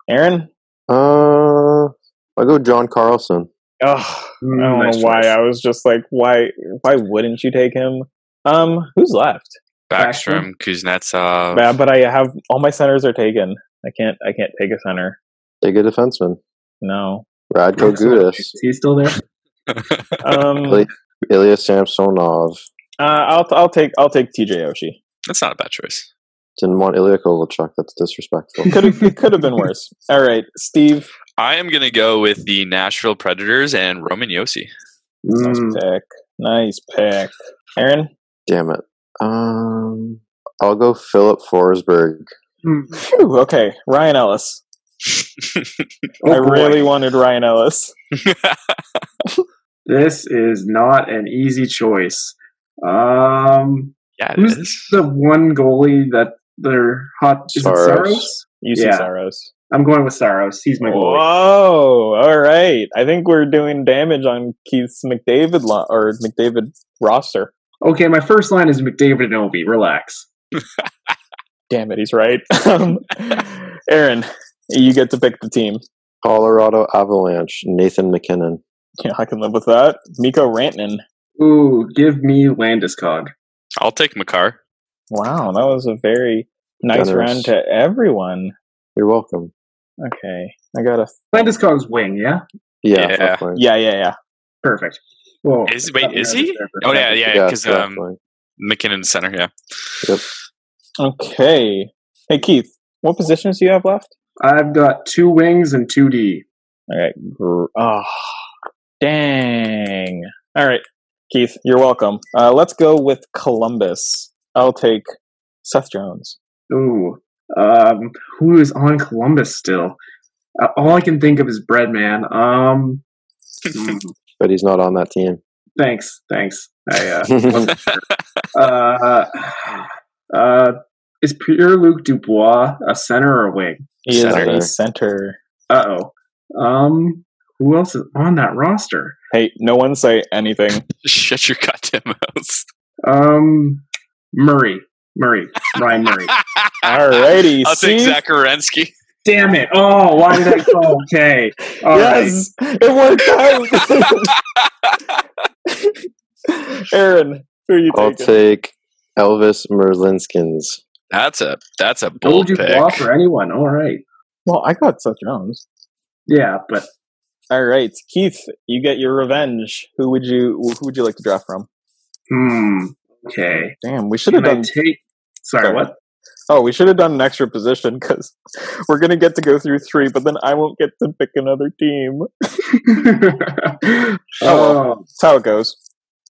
E: Aaron.
B: Uh, I'll go John Carlson.
E: Ugh.
D: Mm,
E: I don't
D: nice
E: know why.
D: choice.
E: I was just like, why? Why wouldn't you take him? Um, who's left?
C: Backstrom, Kuznetsov.
E: But, but I have all my centers are taken. I can't. I can't take a center.
B: Take a defenseman.
E: No.
B: Radko Gudas.
D: Is he still there?
E: Um,
B: Like- Ilya Samsonov.
E: uh, I'll I'll take I'll take TJ Oshie.
C: That's not a bad choice.
B: Didn't want Ilya Kovalchuk. That's disrespectful.
E: Could have it could have been worse. All right, Steve.
C: I am going to go with the Nashville Predators and Roman Yossi.
E: Nice
D: Mm,
E: pick. Nice pick. Aaron.
B: Damn it. Um, I'll go Philip Forsberg.
D: Hmm.
E: Phew, okay, Ryan Ellis.
D: oh
E: I
D: boy.
E: really wanted Ryan Ellis.
D: This is not an easy choice. Um,
C: yeah, it
D: Who's
C: is.
D: the one goalie that they're hot. Is
B: Saros.
D: it Saros?
E: UC
D: Yeah.
E: Soros.
D: I'm going with Saros. He's my goalie.
E: Whoa! All right, I think we're doing damage on Keith's McDavid lo- or McDavid roster.
D: Okay, my first line is McDavid and Ovi. Relax.
E: Damn it, he's right. (laughs) Um, Aaron, you get to pick the team.
B: Colorado Avalanche. Nathan McKinnon.
E: Yeah, I can live with that. Miko Rantanen.
D: Ooh, give me Landeskog.
C: I'll take Makar.
E: Wow, that was a very nice
B: Generous.
E: round to everyone.
B: You're welcome.
E: Okay, I gotta.
D: Landeskog's wing, yeah?
B: Yeah.
C: Yeah.
B: left wing.
E: Yeah, yeah, yeah.
D: Perfect. Well,
C: Is- wait,
D: that
C: is
D: round
C: he?
D: over.
C: Oh, yeah, yeah,
B: Yeah,
C: because
B: left
C: um,
B: wing.
C: McKinnon center, yeah.
B: Yep.
E: Okay. Hey, Keith, what positions do you have left?
D: I've got two wings and two D.
E: All right. Gr- Oh, dang. All right, Keith, you're welcome. Uh, let's go with Columbus. I'll take Seth Jones.
D: Ooh. Um, who is on Columbus still? Uh, all I can think of is Breadman. Um,
C: (laughs)
D: mm,
B: But he's not on that team.
D: thanks, thanks. I, uh, wasn't sure. uh, uh, is Pierre Luc Dubois a center or a wing?
E: He is
B: Center.
E: a center.
D: Uh oh. Um, who else is on that roster?
E: Hey, no one say anything.
C: (laughs)
B: (laughs)
C: Shut your goddamn mouth.
D: Um, Murray, Murray, Ryan
E: (laughs)
D: Murray.
E: Alrighty,
C: I'll take
E: see?
C: Zacharensky.
D: Damn it! Oh, why did
E: (laughs)
D: I? Oh, okay. All right.
E: yes, it worked
B: (laughs)
E: out. Aaron, who are you
B: I'll
E: taking?
B: take Elvis Merlinskins.
C: That's a that's a
D: Don't
C: bold
D: you
C: pick.
D: block for anyone? All right.
E: well, I got Seth Jones.
D: Yeah, but
E: All right, Keith, you get your revenge. Who would you Who would you like to draft from?
D: hmm. Okay.
E: Damn, we should have
D: Can I
E: done.
D: take? Sorry, what?
E: Oh, we should have done an extra position because we're gonna get to go through three, but then I won't get to pick another team.
D: (laughs) oh,
E: That's how it goes.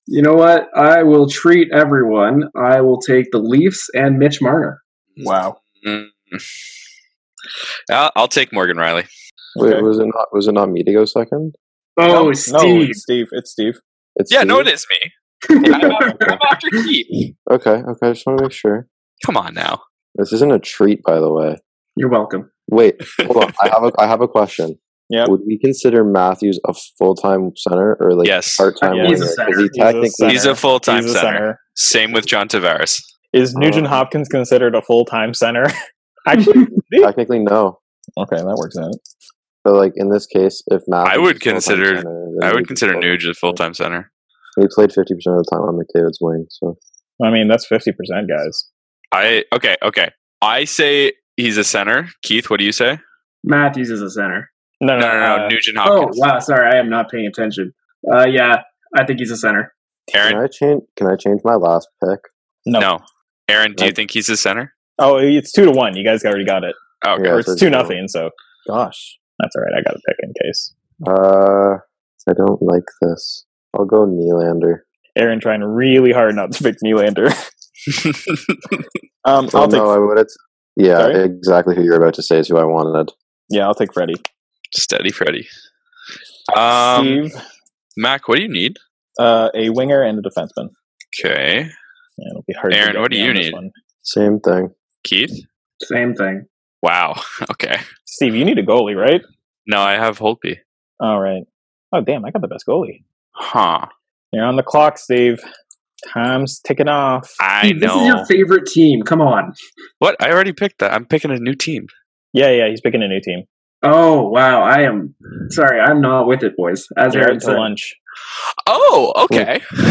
D: you know what? I will treat everyone. I will take the Leafs and Mitch Marner.
E: Wow.
C: Mm. I'll, I'll take Morgan Riley.
B: Wait,
E: Okay.
B: was it not? Was it not me to go second?
E: No,
D: Oh,
E: no,
D: Steve.
E: it's Steve. It's Steve.
B: It's
C: Yeah,
B: you?
C: no, it is me. I'm after, I'm after Keith.
B: (laughs) Okay, okay. I just want to make sure.
C: Come on now.
B: This isn't a treat, by the way.
D: You're welcome.
B: Wait, hold on. I have a I have a question.
E: Yep.
B: Would we consider Matthews a full time center or like
C: Yes.
B: part time
E: Yeah.
B: winger?
E: He's a
B: 'Cause
D: center.
B: he
D: He's
E: a
B: technically
E: center.
C: He's a full time
E: He's a
C: center. Same with John Tavares.
E: Is Nugent Hopkins considered a full time center? (laughs) Actually,
B: technically no.
E: okay, that works out.
B: But like in this case, if Matthews
C: I would
B: is full-time
C: consider-
B: center, then
C: I
B: he'd
C: would
B: be
C: consider
B: full-time.
C: Nuge a full time center.
B: He played fifty percent of the time on McDavid's wing, so
E: I mean, that's fifty percent, guys.
C: I okay, okay. I say he's a center. Keith, what do you say?
D: Matthews is a center.
E: No,
C: No,
E: no,
C: no, no.
E: uh,
C: Nugent
D: Oh,
C: Hopkins.
D: wow. Sorry, I am not paying attention. Uh, yeah, I think he's a center.
C: Aaron,
B: can I change can I change my last pick?
E: no.
C: no. Aaron, do you
B: Right.
C: think he's a center?
E: Oh, it's two to one. You guys already got it.
C: Oh, okay.
B: Yeah,
E: Or
B: so
E: it's two
B: it's-
E: nothing. So
B: Gosh.
E: that's all right. I got a pick in case
B: Uh I don't like this. I'll go Nylander.
E: Aaron trying really hard not to pick Nylander. um,
B: Oh,
E: I'll take
B: no, I would. It's, yeah,
E: Sorry?
B: exactly who you're about to say is who I wanted.
E: yeah, I'll take Freddie.
C: Steady Freddy. Um,
E: Steve,
C: Mac, what do you need?
E: uh, a winger and a defenseman.
C: Okay.
E: Yeah, it'll be hard. to
C: Aaron,
E: get
C: what do
E: me
C: you
E: on this
C: need?
E: one.
B: Same thing.
C: Keith?
D: Same thing.
C: Wow. (laughs) Okay.
E: Steve, you need a goalie, right?
C: No, I have Holtby.
E: All right. Oh damn, I got the best goalie.
C: Huh.
E: You're on the clock, Steve. Time's ticking off.
C: I
D: This is your
C: know.
D: favorite team. Come on.
C: What? I already picked that. I'm picking a new team.
E: Yeah, yeah, he's picking a new team.
D: Oh, wow. I am. Sorry, I'm not with it, boys. As
E: They're out
D: Aaron
E: to
D: said. (laughs)
E: lunch.
C: Oh, okay. (laughs) New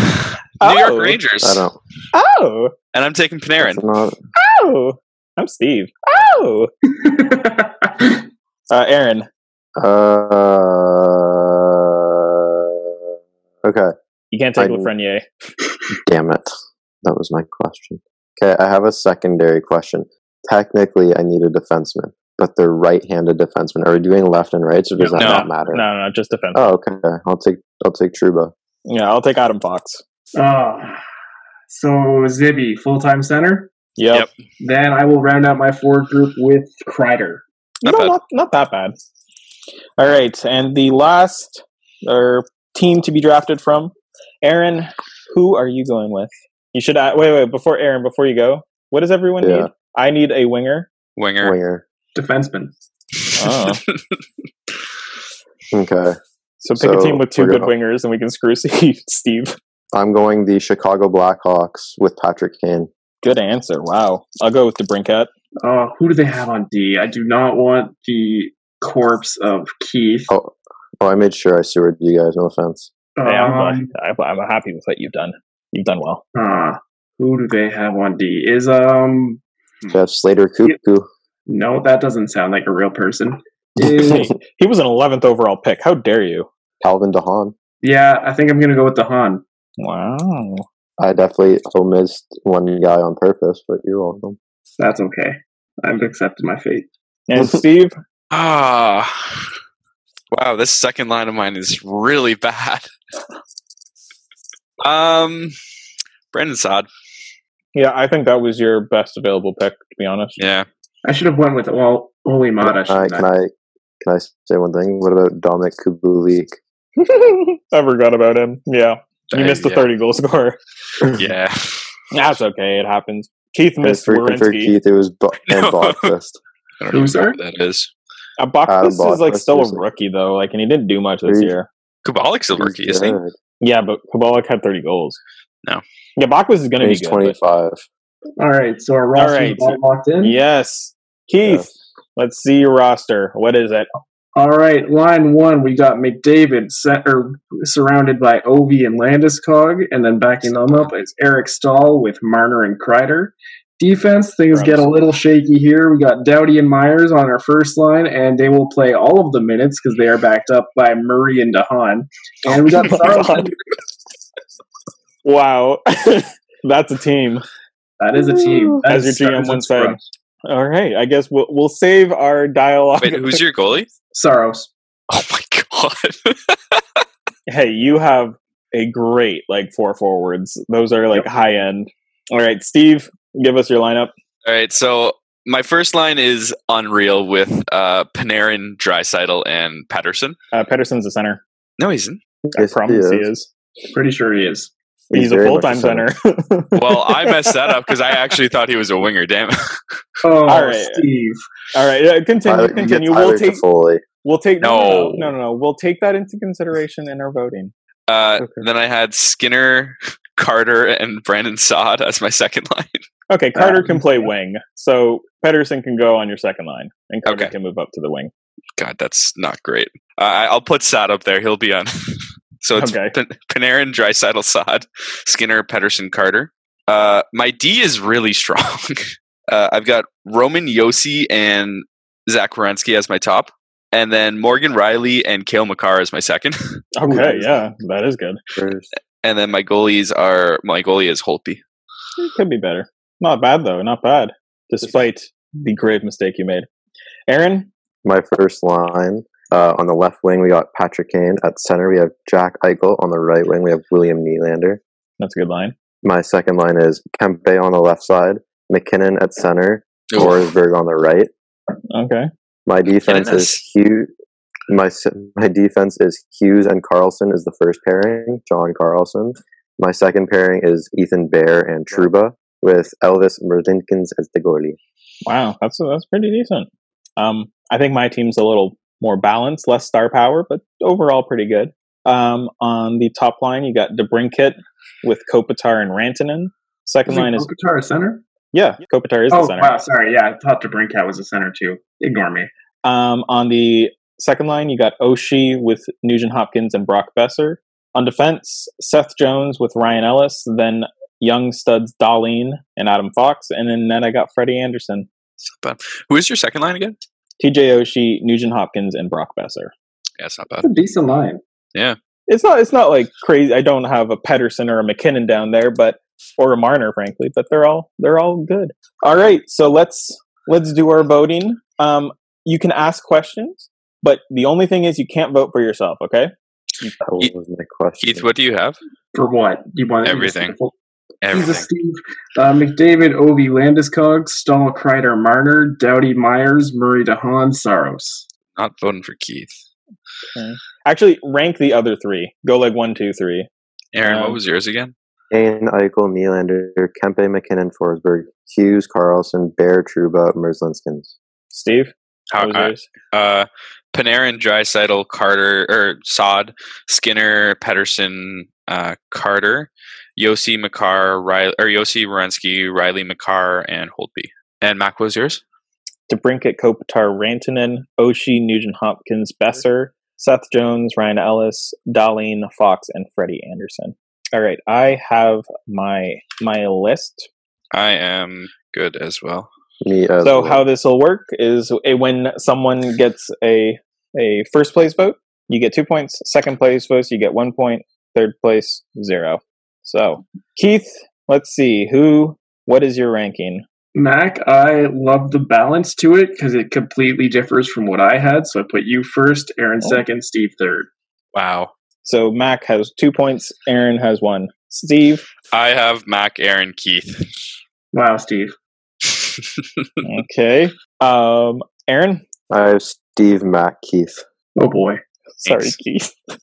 E: Oh.
C: York Rangers.
B: I don't.
E: Oh,
C: And I'm taking Panarin.
B: It's not.
E: oh, I'm Steve. Oh, uh, Aaron.
B: Uh, okay.
E: You can't take
B: I-
E: Lafreniere.
B: Damn it. That was my question. Okay, I have a secondary question. Technically, I need a defenseman, but they're right-handed defenseman. Are we doing left and right, so does
E: No,
B: that
C: no,
B: not matter?
E: No, no, no, just defense.
B: Oh, okay. I'll take. I'll take Truba.
E: Yeah, I'll take Adam Fox.
D: oh. So, Zibby, full time center.
E: Yep.
C: Yep.
D: Then I will round out my forward group with Kreider.
E: No,
C: Not bad.
E: Not, not that bad. All right, and the last or team to be drafted from, Aaron. Who are you going with? You should uh, wait, wait. Before Aaron, before you go, what does everyone
B: Yeah.
E: need? I need a winger. (laughs)
C: Winger.
B: Winger.
D: Defenseman.
E: Oh.
B: Okay.
E: So pick a
B: So,
E: team with two
B: we're
E: good
B: gonna-
E: wingers, and we can screw (laughs) Steve. Steve.
B: I'm going the Chicago Blackhawks with Patrick Kane.
E: Good answer. Wow. I'll go with the Brinkat.
D: Oh, who do they have on D? I do not want the corpse of Keith.
B: Oh, Oh, I made sure I sewered you guys. No offense.
E: Hey, I'm, uh,
D: Um,
E: I'm- I'm happy with what you've done. You've done well.
D: huh, who do they have on D? Is um
E: Hmm.
B: Jeff Slater, Cuckoo.
D: no, that doesn't sound like a real person. Is-
E: (laughs) He was an 11th overall pick. How dare you?
B: Calvin DeHaan.
D: yeah, I think I'm gonna go with the Han.
E: Wow. (laughs)
B: I definitely omissed one guy on purpose, but you're welcome.
D: That's okay. I've accepted my fate.
E: And Steve,
C: Ah. Wow, this second line of mine is really bad. (laughs) Um Brandon Sod.
E: yeah, I think that was your best available pick, to be honest.
C: (clears throat) Yeah.
D: I should have went with well, Oli Mata.
B: can, I,
D: shouldn't
B: can
D: I?
B: I can I say one thing? What about Dominic Kubulik?
E: (laughs) I forgot about him. Yeah. You
C: Uh,
E: missed the
C: yeah.
E: 30 goal (laughs) scorer.
C: Yeah. (laughs)
E: That's okay. It happens. Keith
B: And
E: missed
B: for, and for
E: Werenski.
B: Keith, it was
E: (laughs)
B: Bo- and
C: No.
B: Bogfist.
C: I don't
D: Who,
C: even know
D: sir?
C: who that is.
E: Uh, Bachlis
B: Adam
E: is like
B: Bachlis
E: still
B: was
E: a
B: like-
E: rookie though, like, and he didn't do much this
B: He's-
E: year.
C: Kubalik's a rookie,
B: He's,
C: isn't he?
B: good.
E: Yeah, but Kabalik had 30 goals.
C: No.
E: Yeah, Bachlis is going to be
B: he's
E: good. but-
B: 25.
D: All right, so our roster
E: right.
D: all locked in.
E: Yes. Keith, let's see your roster. What is it?
D: All right, line one, we got McDavid set, or surrounded by Ovi and Landeskog, and then backing them up is Eric Stahl with Marner and Kreider. Defense, things get a little shaky here. We got Doughty and Myers on our first line, and they will play all of the minutes because they are backed up by Murray and Dahan. And we got Sar-
E: Wow. (laughs) That's a team.
D: that is a team. That
E: As
D: is-
E: your
D: that
E: GM
D: is
E: once
D: a
E: said.
D: scrub.
E: All right. I guess we'll, we'll save our dialogue.
C: Wait, who's your goalie?
D: Saros.
C: (laughs) Oh my god.
E: hey, you have a great like four forwards. Those are like high end. All right, Steve, give us your lineup.
C: All right, so my first line is unreal with uh, Panarin, Drysidel, and Patterson.
E: Uh, Pederson's a center.
C: No, he's not.
E: I
B: Yes, he
E: promise he
B: is.
E: is.
D: Pretty sure he is.
E: He's, a
B: very
E: full time
B: much
E: center.
C: (laughs)
E: (laughs)
C: Well, I messed that up because I actually thought he was a winger. Damn it.
D: Oh,
E: All right.
D: Steve.
E: All right, uh, continue.
B: Tyler, you get
E: continue.
B: Tyler
E: We'll take.
B: Toffoli.
E: We'll take.
C: No.
E: no, no, no. We'll take that into consideration in our voting.
C: Uh,
E: (laughs) Okay.
C: Then I had Skinner, Carter, and Brandon Sod as my second line.
E: Okay, Carter
D: Um,
E: can play wing, so Pedersen can go on your second line, and Carter
C: Okay.
E: can move up to the wing.
C: God, that's not great. Uh, I- I'll put Sod up there. He'll be on. (laughs) so it's
E: Okay.
C: Pan- Panarin, Drysaddle, Sod, Skinner, Pedersen, Carter. Uh, my D is really (laughs) strong. Uh, I've got Roman Yossi and Zach Wierenski as my top, and then Morgan Riley and Kale McCarr as my second. (laughs)
E: Okay, yeah, that is good.
B: First.
C: And then my goalies are my goalie is Holtby.
E: It could be better. Not bad though. Not bad, despite the grave mistake you made, Aaron.
B: My first line. Uh, on the left wing, we got Patrick Kane. At center, we have Jack Eichel. On the right wing, we have William Nylander.
E: That's a good line.
B: My second line is Kempe on the left side, McKinnon at center, Forsberg on the right.
E: Okay,
B: My defense is
C: Yes.
B: Hugh. My s- my defense is Hughes and Carlson is the first pairing. John Carlson. My second pairing is Ethan Bear and Truba with Elvis Merzinkins as the goalie.
E: wow, that's that's pretty decent. Um, I think my team's a little more balanced, less star power, but overall pretty good. Um, on the top line, you got DeBrinket with Kopitar and Rantanen. Second line is
D: Kopitar a center?
E: yeah, Kopitar is
D: oh,
E: the center.
D: wow. Sorry. Yeah, I thought DeBrincat was a center too. Ignore me.
E: Um, on the second line, you got Oshie with Nugent Hopkins and Brock Besser. On defense, Seth Jones with Ryan Ellis, then young studs Darlene and Adam Fox, and then then I got Freddie Anderson,
C: It's not bad. Who is your second line again?
E: TJ Oshie, Nugent Hopkins, and Brock Besser.
C: Yeah, it's not bad.
D: That's a decent line.
E: It's not it's not like crazy. I don't have a Pedersen or a McKinnon down there, but or a Marner, frankly, but they're all they're all good. All right, so let's let's do our voting. Um, you can ask questions, but the only thing is you can't vote for yourself. Okay.
B: That
C: Keith-
B: was my question.
C: Keith, what do you have?
D: For what? You want
C: Everything.
D: Jesus,
C: Everything.
D: Steve. Uh, McDavid, Ovi, Landeskog, Stahl, Kreider, Marner, Doughty, Myers, Murray, DeHaan, Saros.
C: Not voting for Keith.
E: Actually, rank the other three. Go like one, two, three.
C: Aaron, what
E: Um,
C: was yours again?
B: Kane, Eichel, Nylander, Kempe, McKinnon, Forsberg, Hughes, Carlson, Bear, Truba, Merzlinskins.
E: Steve,
C: How,
E: what was
C: uh,
E: yours?
C: uh, Panarin, Drysital, Carter, or Sod, Skinner, Pedersen, uh, Carter, Yossi, McCarr, Riley, or Yossi, Wierenski, Riley, McCarr, and Holtby. And Mac, what was yours?
E: DeBrinket, Kopitar, Rantanen, Oshie, Nugent Hopkins, Besser, Seth Jones, Ryan Ellis, Darlene Fox, and Freddie Anderson. All right, I have my my list.
C: I am good as well.
B: Me as
E: so
B: well.
E: how this will work is eh, when someone gets a a first place vote, you get two points. Second place votes, you get one point. Third place, zero. So Keith, let's see who. What is your ranking?
D: Mac, I love the balance to it because it completely differs from what I had. So I put you first, Aaron
E: Oh.
D: second, Steve third.
C: Wow.
E: So Mac has two points. Aaron has one. Steve.
C: I have Mac, Aaron, Keith. (laughs)
D: Wow, Steve.
E: Okay. Um, Aaron.
B: I have Steve Mack Keith.
D: Oh boy.
E: Sorry,
C: Thanks.
E: Keith. (laughs)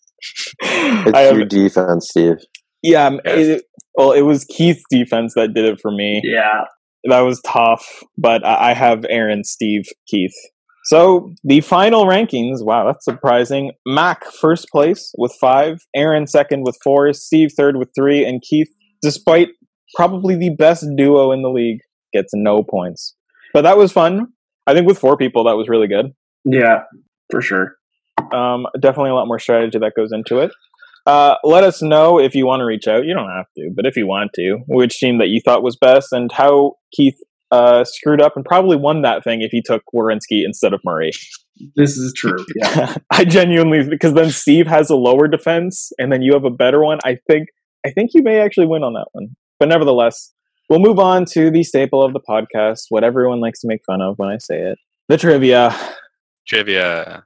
B: It's
E: I
B: your
E: have,
B: defense, Steve.
E: yeah. um,
C: Yeah.
E: It, well, it was Keith's defense that did it for me.
D: Yeah.
E: That was tough, but I, I have Aaron, Steve, Keith. So the final rankings. Wow, that's surprising. Mac first place with five. Aaron second with four. Steve third with three, and Keith, despite probably the best duo in the league, gets no points. But that was fun. I think with four people, that was really good.
D: Yeah, for sure.
E: um, definitely a lot more strategy that goes into it. Uh, let us know if you want to reach out. You don't have to, but if you want to, which team that you thought was best and how Keith uh, screwed up and probably won that thing if he took Warinsky instead of Murray.
D: This is (laughs) true. Yeah.
E: (laughs) I genuinely because then Steve has a lower defense and then you have a better one. I think I think you may actually win on that one. But nevertheless, we'll move on to the staple of the podcast, what everyone likes to make fun of when I say it. The trivia.
C: Trivia.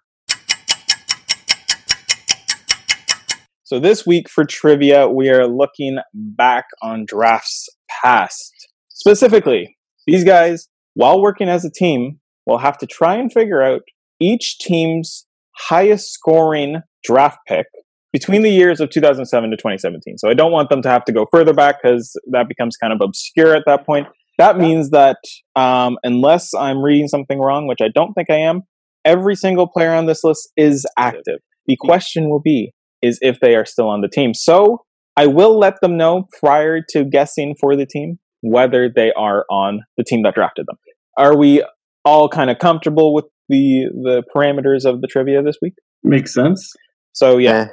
E: So this week for trivia, we are looking back on drafts past. Specifically, these guys While working as a team, we'll have to try and figure out each team's highest scoring draft pick between the years of 2007 to 2017. So I don't want them to have to go further back because that becomes kind of obscure at that point. That means that um, unless I'm reading something wrong, which I don't think I am, every single player on this list is active. The question will be is if they are still on the team. So I will let them know prior to guessing for the team whether they are on the team that drafted them. Are we all kind of comfortable with the the parameters of the trivia this week?
D: Makes sense.
E: So
B: Eh,
E: yeah.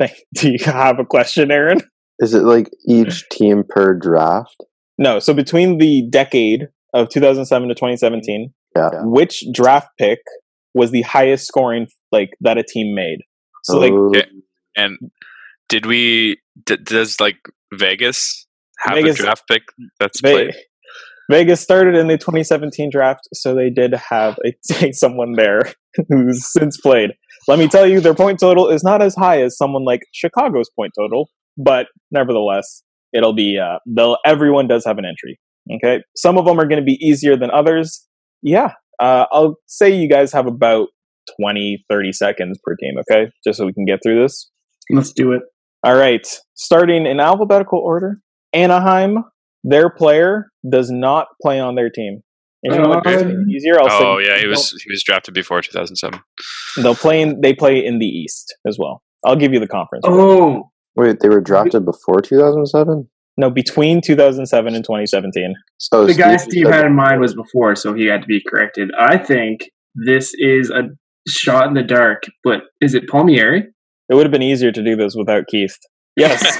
E: (laughs) Do you have a question, Aaron?
B: Is it like each team per draft?
E: No. So between the decade of 2007 to 2017,
B: Yeah.
E: which draft pick was the highest scoring like that a team made? So like
B: Oh,
C: Yeah. And did we? D- does like Vegas have
E: Vegas-
C: a draft pick that's
E: Ve-
C: played?
E: Vegas started in the 2017 draft, so they did have a, (laughs) someone there who's since played. Let me tell you, their point total is not as high as someone like Chicago's point total, but nevertheless, it'll be uh, they'll everyone does have an entry. Okay, some of them are going to be easier than others. Yeah, uh, I'll say you guys have about 20, 30 seconds per team. Okay, just so we can get through this.
D: Let's do it.
E: All right. Starting in alphabetical order, Anaheim, their player does not play on their team. And you know what? Just to
D: Um,
E: make it easier. I'll say
C: Oh yeah, he was he was drafted before 2007.
E: They'll, they'll play. In, they play in the East as well. I'll give you the conference.
D: Oh,
B: Wait, they were drafted before 2007?
E: No, between 2007 and 2017.
B: Oh, So
D: the guy
B: Steve (laughs)
D: Steve had in mind was before, so he had to be corrected. I think this is a shot in the dark, but is it Palmieri?
E: It would have been easier to do this without
C: (laughs)
E: Keith.
D: (laughs)
E: Yes,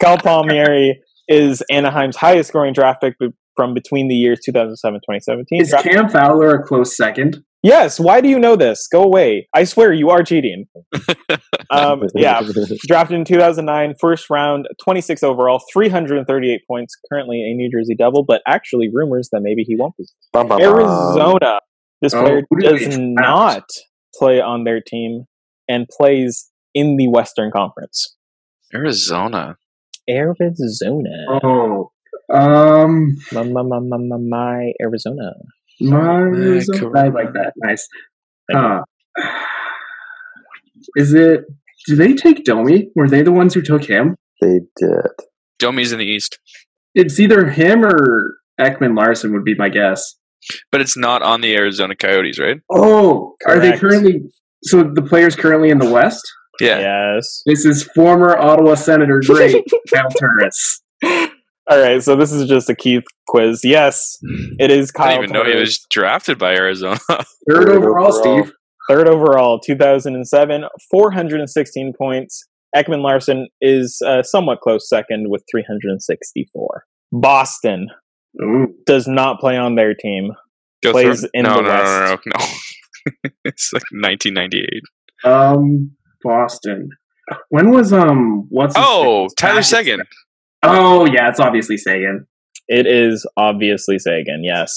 E: Cal Palmieri is Anaheim's highest scoring draft pick be- from between the years 2007 2017.
D: Is Cam Fowler a close second?
E: yes. Why do you know this? Go away. I swear you
C: (laughs)
E: are cheating. um, yeah, drafted in 2009, first round, 26 overall, 338 points. Currently a New Jersey Devil, but actually rumors that maybe he won't be.
B: Bum, bum, bum.
E: Arizona. This
D: Oh,
E: player
D: who did they
E: does
D: draft?
E: not play on their team and plays in the Western Conference.
C: Arizona.
E: Arizona.
D: Oh, um,
E: My, my, my, my, my, my Arizona.
D: Mars.
C: Mac-
D: I like that. Nice.
E: Thank
D: Huh. Is it? Do they take Domi? Were they the ones who took him?
B: They did.
C: Domi's in the East,
D: It's either him or Ekman Larson would be my guess.
C: but it's not on the Arizona Coyotes, right?
D: Oh, are they
E: Correct.
D: currently? So the player's currently in the West.
C: Yeah.
E: Yes.
D: This is former Ottawa
E: (laughs)
D: Senator great Cal Turris.
E: All right, so this is just a Keith quiz. Yes, it is Kyle.
C: I didn't even know he
E: Turris.
C: was drafted by Arizona. (laughs)
D: Third
B: Third
D: overall,
B: overall.
D: Steve.
E: Third overall, 2007, 416 points. Ekman Larson is uh, somewhat close second with 364. Boston
D: Ooh.
E: does not play on their team.
C: Go
E: Plays in
C: no,
E: the
C: no, no, no, no, no. (laughs) it's like 1998.
D: Um, Boston. When was um? What's his
C: Oh,
D: face?
C: Tyler
D: Back-
C: Seguin.
D: Oh yeah, it's obviously Sagan.
E: It is obviously Sagan, yes.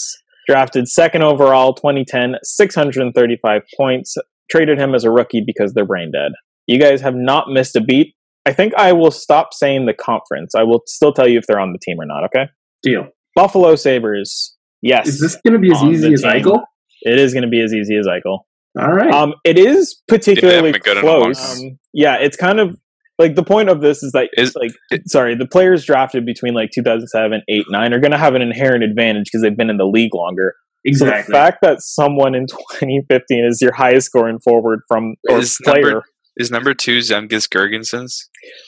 E: Drafted second overall, 2010, 635 points. Traded him as a rookie because they're brain dead. You guys have not missed a beat. I think I will stop saying the conference. I will still tell you if they're on the team or not, okay?
D: Deal.
E: Buffalo Sabres. Yes.
D: Is this going to be as
E: On
D: easy
E: the
D: as
E: team.
D: Eichel?
E: It is going to be as easy as Eichel.
D: All right.
E: Um, it is particularly
C: been good in a long
E: close. Um, yeah, it's kind of like the point of this is that
C: Is-
E: like sorry, the players drafted between like 2007, 8, 9 are going to have an inherent advantage because they've been in the league longer. So the
D: exactly.
E: fact that someone in (laughs) 2015 is your highest scoring forward from or
C: Is
E: player.
C: number- Is number two Zemgus Gergensons?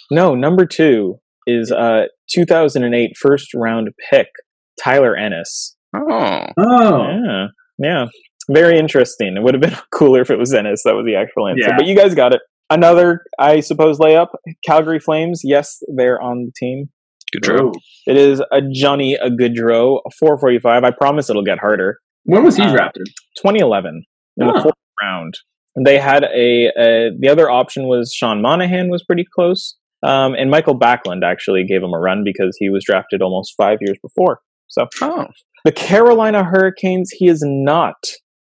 E: No, number 2 is uh 2008 first round pick Tyler Ennis.
C: Oh,
D: oh,
E: Yeah. Yeah. Very interesting. It would have been (laughs) cooler if it was Ennis. That was the actual answer.
D: Yeah.
E: But you guys got it. Another, I suppose, layup. Calgary Flames. Yes, they're on the team.
C: good draw.
D: Oh.
E: It is a Johnny Goodrow, 445. I promise it'll get harder.
D: When was he
E: Uh,
D: drafted?
E: 2011 in the
D: Huh.
E: fourth round. They had a, a the other option was Sean Monahan was pretty close, um, and Michael Backlund actually gave him a run because he was drafted almost five years before. So
C: Oh,
E: the Carolina Hurricanes, he is not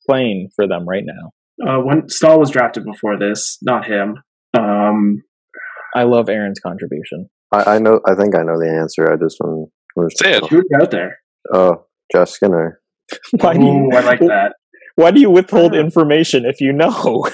E: playing for them right now.
D: Uh, when Stahl was drafted before this, not him. Um,
E: I love Aaron's contribution. (laughs)
B: I, I know. I think I know the answer. I just want
C: Say it.
D: who's out there?
B: Oh, Jeff Skinner.
E: Why do you,
D: Ooh, I like that.
E: (laughs) why do you withhold information if you know?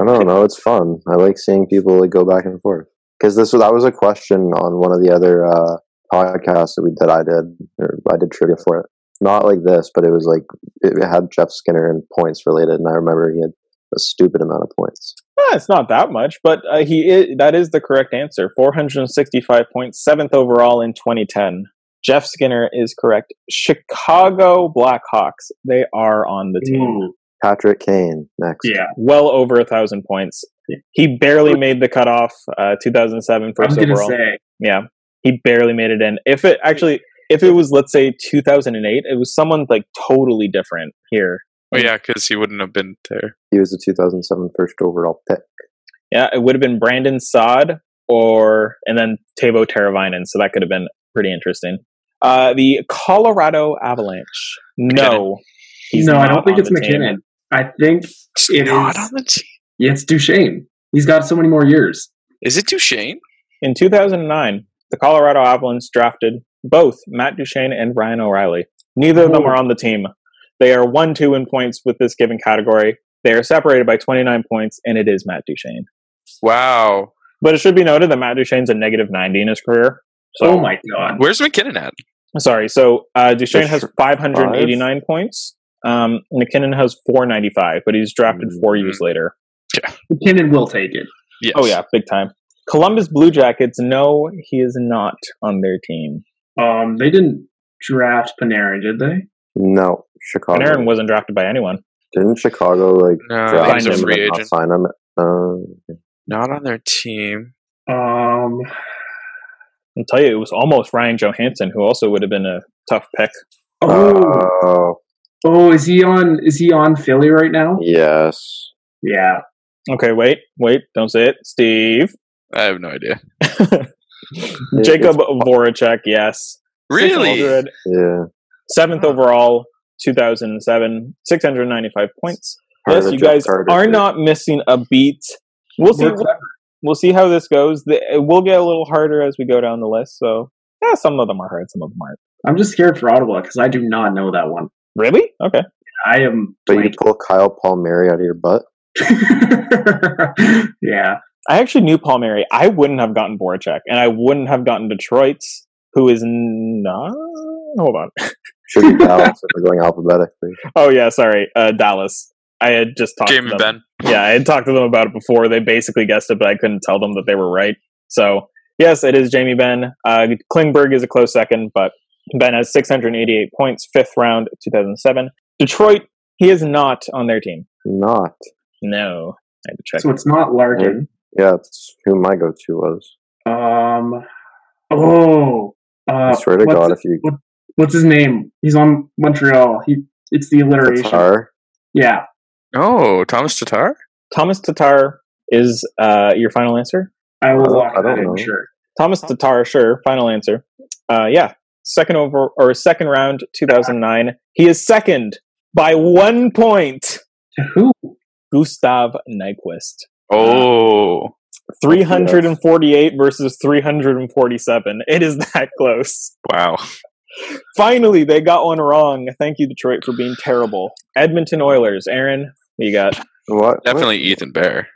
B: I don't know. It's fun. I like seeing people like go back and forth because this was that was a question on one of the other uh, podcasts that we that I did or I did trivia for it. Not like this, but it was like it had Jeff Skinner and points related, and I remember he had a stupid amount of points.
E: Ah, it's not that much, but uh, he is, that is the correct answer. 465 points, seventh overall in 2010. Jeff Skinner is correct. Chicago Blackhawks, they are on the team.
D: Ooh,
B: Patrick Kane next.
D: yeah,
E: Well over a thousand points. He barely made the cutoff, uh, 2007
D: I was
E: first
D: gonna
E: overall.
D: say
E: Yeah, he barely made it in. If it actually, if it was, let's say 2008, it was someone like totally different here.
C: Oh yeah, because he wouldn't have been there.
B: He was the 2007 first overall pick.
E: Yeah, it would have been Brandon Sod or and then Tavo Teravainen. So that could have been pretty interesting. Uh, the Colorado Avalanche. No, he's
D: no. I
E: not
D: don't think
E: on
D: it's
E: the team.
D: McKinnon. I think
C: It's
D: It
C: not
D: is.
C: on the team.
D: yeah, it's Duchesne. He's got so many more years.
C: Is it Duchesne?
E: In 2009, the Colorado Avalanche drafted both Matt Duchene and Ryan O'Reilly. Neither of them are on the team. They are one two in points with this given category. They are separated by 29 points, and it is Matt Duchene.
C: Wow.
E: But it should be noted that Matt Duchene's a negative 90 in his career. So
D: Oh my god.
C: Where's McKinnon at?
E: Sorry. So uh, Duchesne has
B: Five?
E: 589 points. Um, McKinnon has 495, but he's drafted
C: Mm-hmm.
E: four years later.
D: McKinnon will take it.
C: Yes.
E: Oh, yeah, big time. Columbus Blue Jackets, no, he is not on their team.
D: Um, they didn't draft Panarin, did they?
B: No,
C: Oh,
B: Chicago.
E: Panarin wasn't drafted by anyone.
B: Didn't Chicago like
C: No,
B: draft
C: he's a
B: him
C: free
B: and not
C: agent.
B: sign him? Um,
C: Not on their team.
D: Um,
E: I'll tell you, it was almost Ryan Johansson, who also would have been a tough pick.
D: oh,
B: oh,
D: oh, is he on? Is he on Philly right now?
B: yes.
D: Yeah,
E: Okay, wait, wait, don't say it.
C: (laughs)
E: Steve.
C: I have no idea.
E: Jacob Voracek, yes. Six
C: Really?
E: hundred-
B: Yeah.
E: Seventh overall, 2007, 695 points.
B: Carter
E: yes, you
B: Joe
E: guys
B: Carter
E: are
B: too.
E: not missing a beat. We'll see.
D: We're clever.
E: We'll see how this goes. The, it will get a little harder as we go down the list. So, yeah, some of them are hard, some of them aren't.
D: I'm just scared for Ottawa because I do not know that one.
E: Really? Okay.
D: I am.
B: But
D: (laughs)
B: you pull Kyle Palmieri out of your butt.
D: blank. yeah,
E: I actually knew Palmieri. I wouldn't have gotten Voracek, and I wouldn't have gotten Detroit's, who is not. Hold on.
B: Should be Dallas if we're going alphabetically.
E: Oh yeah, sorry. Uh, Dallas. I had just talked
C: Jamie
E: to them.
C: Ben.
E: Yeah, I had talked to them about it before. They basically guessed it, but I couldn't tell them that they were right. So yes, it is Jamie Ben. Uh, Klingberg is a close second, but Ben has 688 points, fifth round, 2007. Detroit. He is not on their team.
B: Not.
E: No, I had to check.
D: so it's not Larkin.
B: Yeah, it's who my go to was.
D: Um, oh, uh,
B: I swear to
D: what's,
B: God, if you
D: what's his name? He's on Montreal. He, it's the alliteration.
B: guitar,
D: Yeah,
C: Oh, Thomas Tatar?
E: Thomas Tatar is uh, your final answer.
D: I
B: I
D: will
B: don't-
D: lock
B: I
D: that
B: don't know.
D: in. Sure.
E: Thomas Tatar, sure. Final answer. Uh, yeah, second over or second round, two thousand nine. He is second by one point.
D: To who?
E: Gustav Nyquist,
C: Oh.
E: three hundred and forty-eight versus three hundred and forty-seven. It is that close.
C: Wow.
E: Finally, they got one wrong. Thank you, Detroit, for being terrible. Edmonton Oilers. Aaron, what you got.
B: what?
C: Definitely Ethan (laughs) Bear.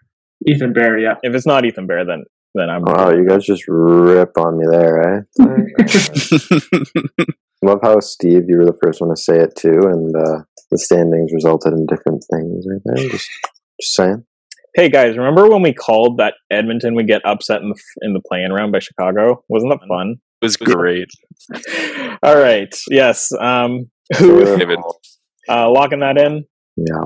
D: Ethan Bear. Yeah.
E: If it's not Ethan Bear, then then I'm.
B: Wow, Oh, you guys just rip on me there, eh? Love how Steve, you were the first one to say it too, and uh, the standings resulted in different things right there. Just, just saying.
E: Hey guys, remember when we called that Edmonton would get upset in the in the play-in round by Chicago? Wasn't that fun?
C: It was great.
E: All right. Yes. Um,
B: Taylor
E: who
C: David.
B: Hall.
E: uh, locking that in?
B: Yeah.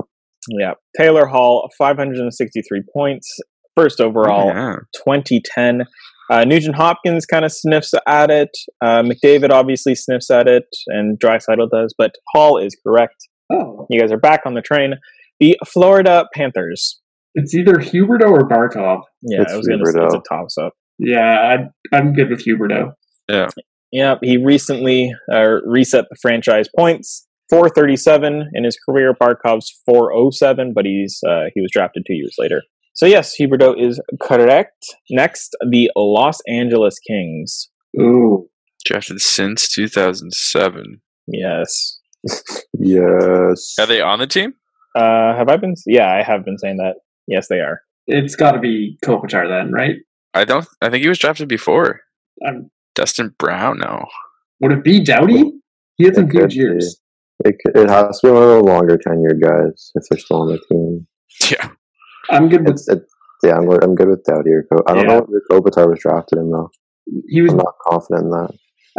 E: Yeah. Taylor Hall, 563 points, first overall,
C: Yeah.
E: 2010. Uh, Nugent Hopkins kind of sniffs at it. Uh, McDavid obviously sniffs at it, and Drysidle does, but Hall is correct.
D: Oh,
E: You guys are back on the train. The Florida Panthers.
D: it's either Huberto or Barkov.
E: Yeah,
B: It's
E: I was going to say it's a
B: Huberdeau.
E: toss up.
D: Yeah, I, I'm good with Huberto.
E: Yep, he recently uh, reset the franchise points. 437 in his career. Barkov's 407, but he's uh, he was drafted two years later. So yes, Huberto is correct. Next, the Los Angeles Kings.
D: Ooh.
C: Drafted since 2007.
E: Yes,
B: Yes.
C: Are they on the team?
E: Uh, have I been? Yeah, I have been saying that. Yes, they are.
D: It's got to be Kopitar then, right?
C: I don't. I think he was drafted before.
D: Um,
C: Dustin Brown. No.
D: Would it be Doughty? He had some
B: It could
D: huge
B: be.
D: years.
B: It, c- it has to be one of the longer tenured guys if they're still on the team.
C: Yeah.
D: I'm good with.
B: It's, it, yeah, I'm, good- I'm good with Dowdy or Ko- I don't
D: Yeah.
B: know what Rick Kopitar was drafted in, though.
D: He was.
B: I'm not confident in that.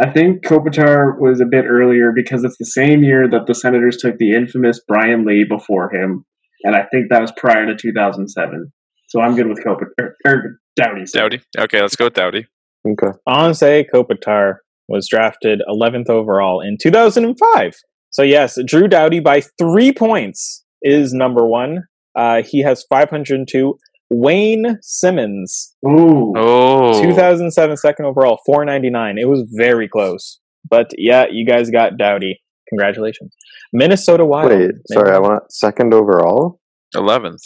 D: I think Kopitar was a bit earlier because it's the same year that the Senators took the infamous Brian Lee before him, and I think that was prior to 2007. So I'm good with Kopitar or Doughty. sorry.
C: Dowdy. Okay, let's go with Dowdy.
B: Okay.
E: Anse Kopitar was drafted 11th overall in 2005. So yes, Drew Doughty by three points is number one. Uh, he has 502. Wayne Simmons
D: Ooh,
C: Oh.
E: 2007 second overall, 499. It was very close. But yeah, you guys got Dowdy. Congratulations. Minnesota Wild.
B: Wait, sorry, I want second overall?
C: 11th.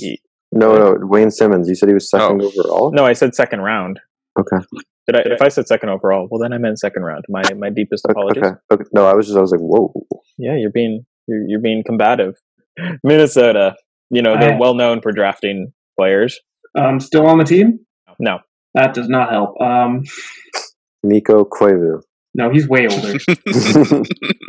B: No, no, Wayne Simmons. You said he was second overall?
E: No, I said second round.
B: Okay.
E: Did I, if I said second overall, well then I meant second round. My my deepest
B: Okay,
E: apologies.
B: okay. okay. No, I was just, I was like, whoa.
E: Yeah, you're being you're, you're being combative. (laughs) Minnesota, you know, they're
D: I-
E: well known for drafting players.
D: um, still on the team?
E: No.
D: That does not help. Um,
B: Nico (laughs) Cuevu.
D: no, he's way older.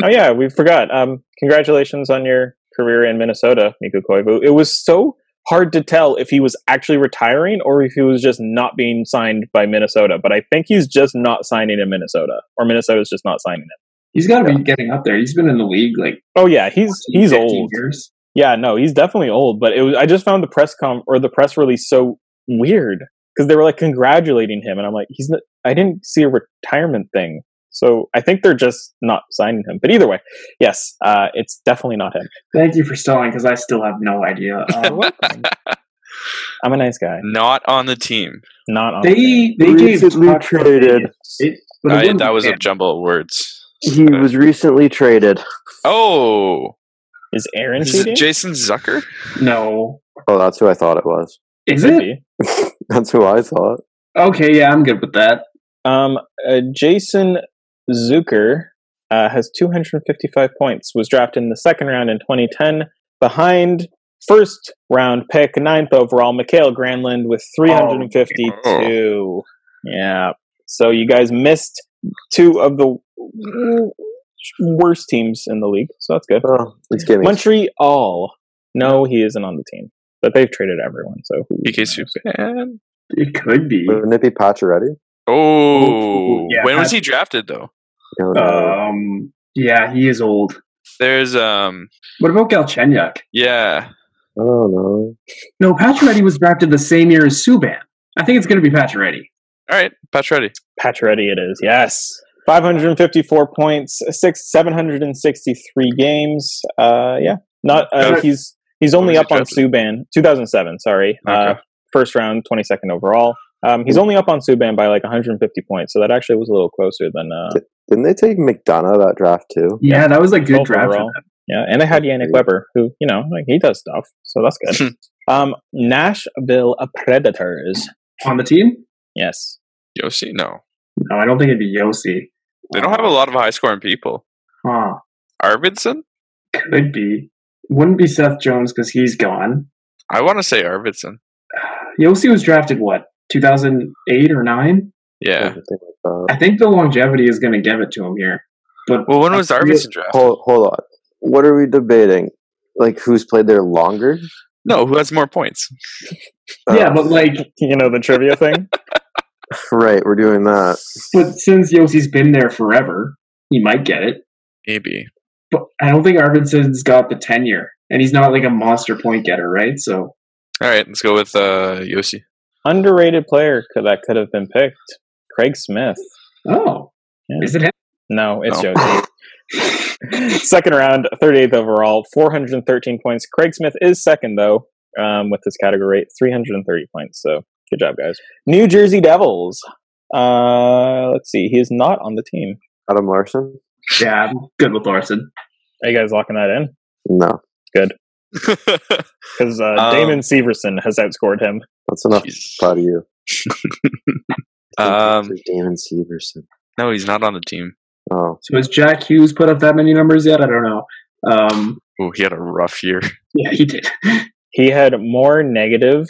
E: Oh yeah, we forgot. Um, congratulations on your career in Minnesota, Miku Koivu. It was so hard to tell if he was actually retiring or if he was just not being signed by Minnesota. But I think he's just not signing in Minnesota, or Minnesota's just not signing him.
D: he's got to be getting up there. He's been in the league like
E: Oh yeah, he's he's
D: 15
E: old.
D: Years.
E: Yeah, no, he's definitely old. But it was I just found the press com or the press release so weird because they were like congratulating him, and I'm like, he's not, I didn't see a retirement thing. So I think they're just not signing him. But either way, yes, uh, it's definitely not him.
D: Thank you for stalling because I still have no idea.
E: You're
D: Um,
E: welcome. I'm a nice guy.
C: (laughs) Not on the team.
E: Not on.
D: they they gave
B: Recently
D: Tuck-
B: traded.
D: It- but it
C: I,
D: wouldn't
C: that
D: be
C: was a
D: him.
C: jumble of words.
B: He was recently traded.
C: Oh.
E: is Aaron
C: Is
E: cheating?
C: it Jason Zucker?
D: no.
B: Oh, that's who I thought it was. (laughs)
D: Is
E: Could
D: it
E: be.
B: That's who I thought.
D: okay? Yeah, I'm good with that.
E: Um, uh, Jason Zucker uh, has 255 points. Was drafted in the second round in 2010, behind first round pick ninth overall Mikhail Granlund with 352. Yeah. So you guys missed two of the worst teams in the league. So that's good.
B: Oh, it's giving.
E: Montreal. No, he isn't on the team, but they've traded everyone. So who
C: PK
E: knows?
C: Subban.
D: It could be.
B: Wouldn't it be Pacioretty?
C: Oh.
D: Yeah,
C: when was
D: that-
C: he drafted though?
B: No,
C: Uh.
B: no.
D: Um, yeah, he is old.
C: There's um
D: What about Galchenyuk?
C: yeah.
B: I don't know.
D: No, Pacioretty was drafted the same year as Subban. I think it's going to be Pacioretty.
C: All right, Patch ready.
E: Pacioretty it is. Yes. 554 points, six 763 games. Uh yeah. Not uh,
C: Okay.
E: he's he's only
C: was
E: up
C: he
E: on Subban 2007, sorry. Uh
C: Okay.
E: first round, 22nd overall. Um he's only up on Subban by like 150 points, so that actually was a little closer than uh
B: Didn't they take McDonough that draft too?
D: Yeah, that was a good
E: Both
D: draft.
E: overall. Yeah, and they had Yannick Weber, who you know like he does stuff, so
D: (laughs)
E: that's good. um, Nashville Predators,
D: On the team?
E: yes,
C: Yossi? No.
D: No, I don't think it'd be Yossi.
C: They don't have a lot of high scoring people.
D: Huh.
C: Arvidsson?
D: Could be. Wouldn't be Seth Jones because he's gone.
C: I want to say Arvidsson.
D: Yossi was drafted what? 2008 or 9?
C: Yeah.
B: Something like
D: I
B: that.
D: think the longevity is going to give it to him here. But
C: Well, when was Arvidsson drafted?
B: Hold, hold on. What are we debating? Like who's played there longer? (laughs)
C: No, who has more points?
D: yeah, but like,
E: you know the trivia thing.
B: right, we're doing that.
D: but since Yossi's been there forever, he might get it.
C: Maybe.
D: But I don't think Arvidsson's got the tenure, and he's not like a monster point getter, right? So
C: All right, let's go with uh, Yossi. (laughs)
E: Underrated player could, that could have been picked, Craig Smith.
D: Oh,
E: Yeah.
D: is it him?
E: No, it's
C: No. (laughs)
E: Josie. second round, 38th overall, 413 points. Craig Smith is second though, um, with this category, 330 points. So good job, guys. New Jersey Devils. Uh, let's see. He is not on the team.
B: Adam Larson?
D: (laughs) Yeah, I'm good with Larson.
E: Are you guys locking that in?
B: No.
E: Because uh,
C: Um,
E: Damon Severson has outscored him.
B: That's enough
C: Jesus.
B: proud of you.
C: Um,
B: Damon Severson.
C: no, he's not on the team.
B: Oh.
D: So has Jack Hughes put up that many numbers yet? I don't know. Um,
C: Oh, he had a rough year. (laughs)
D: yeah, he did. (laughs)
E: He had more negative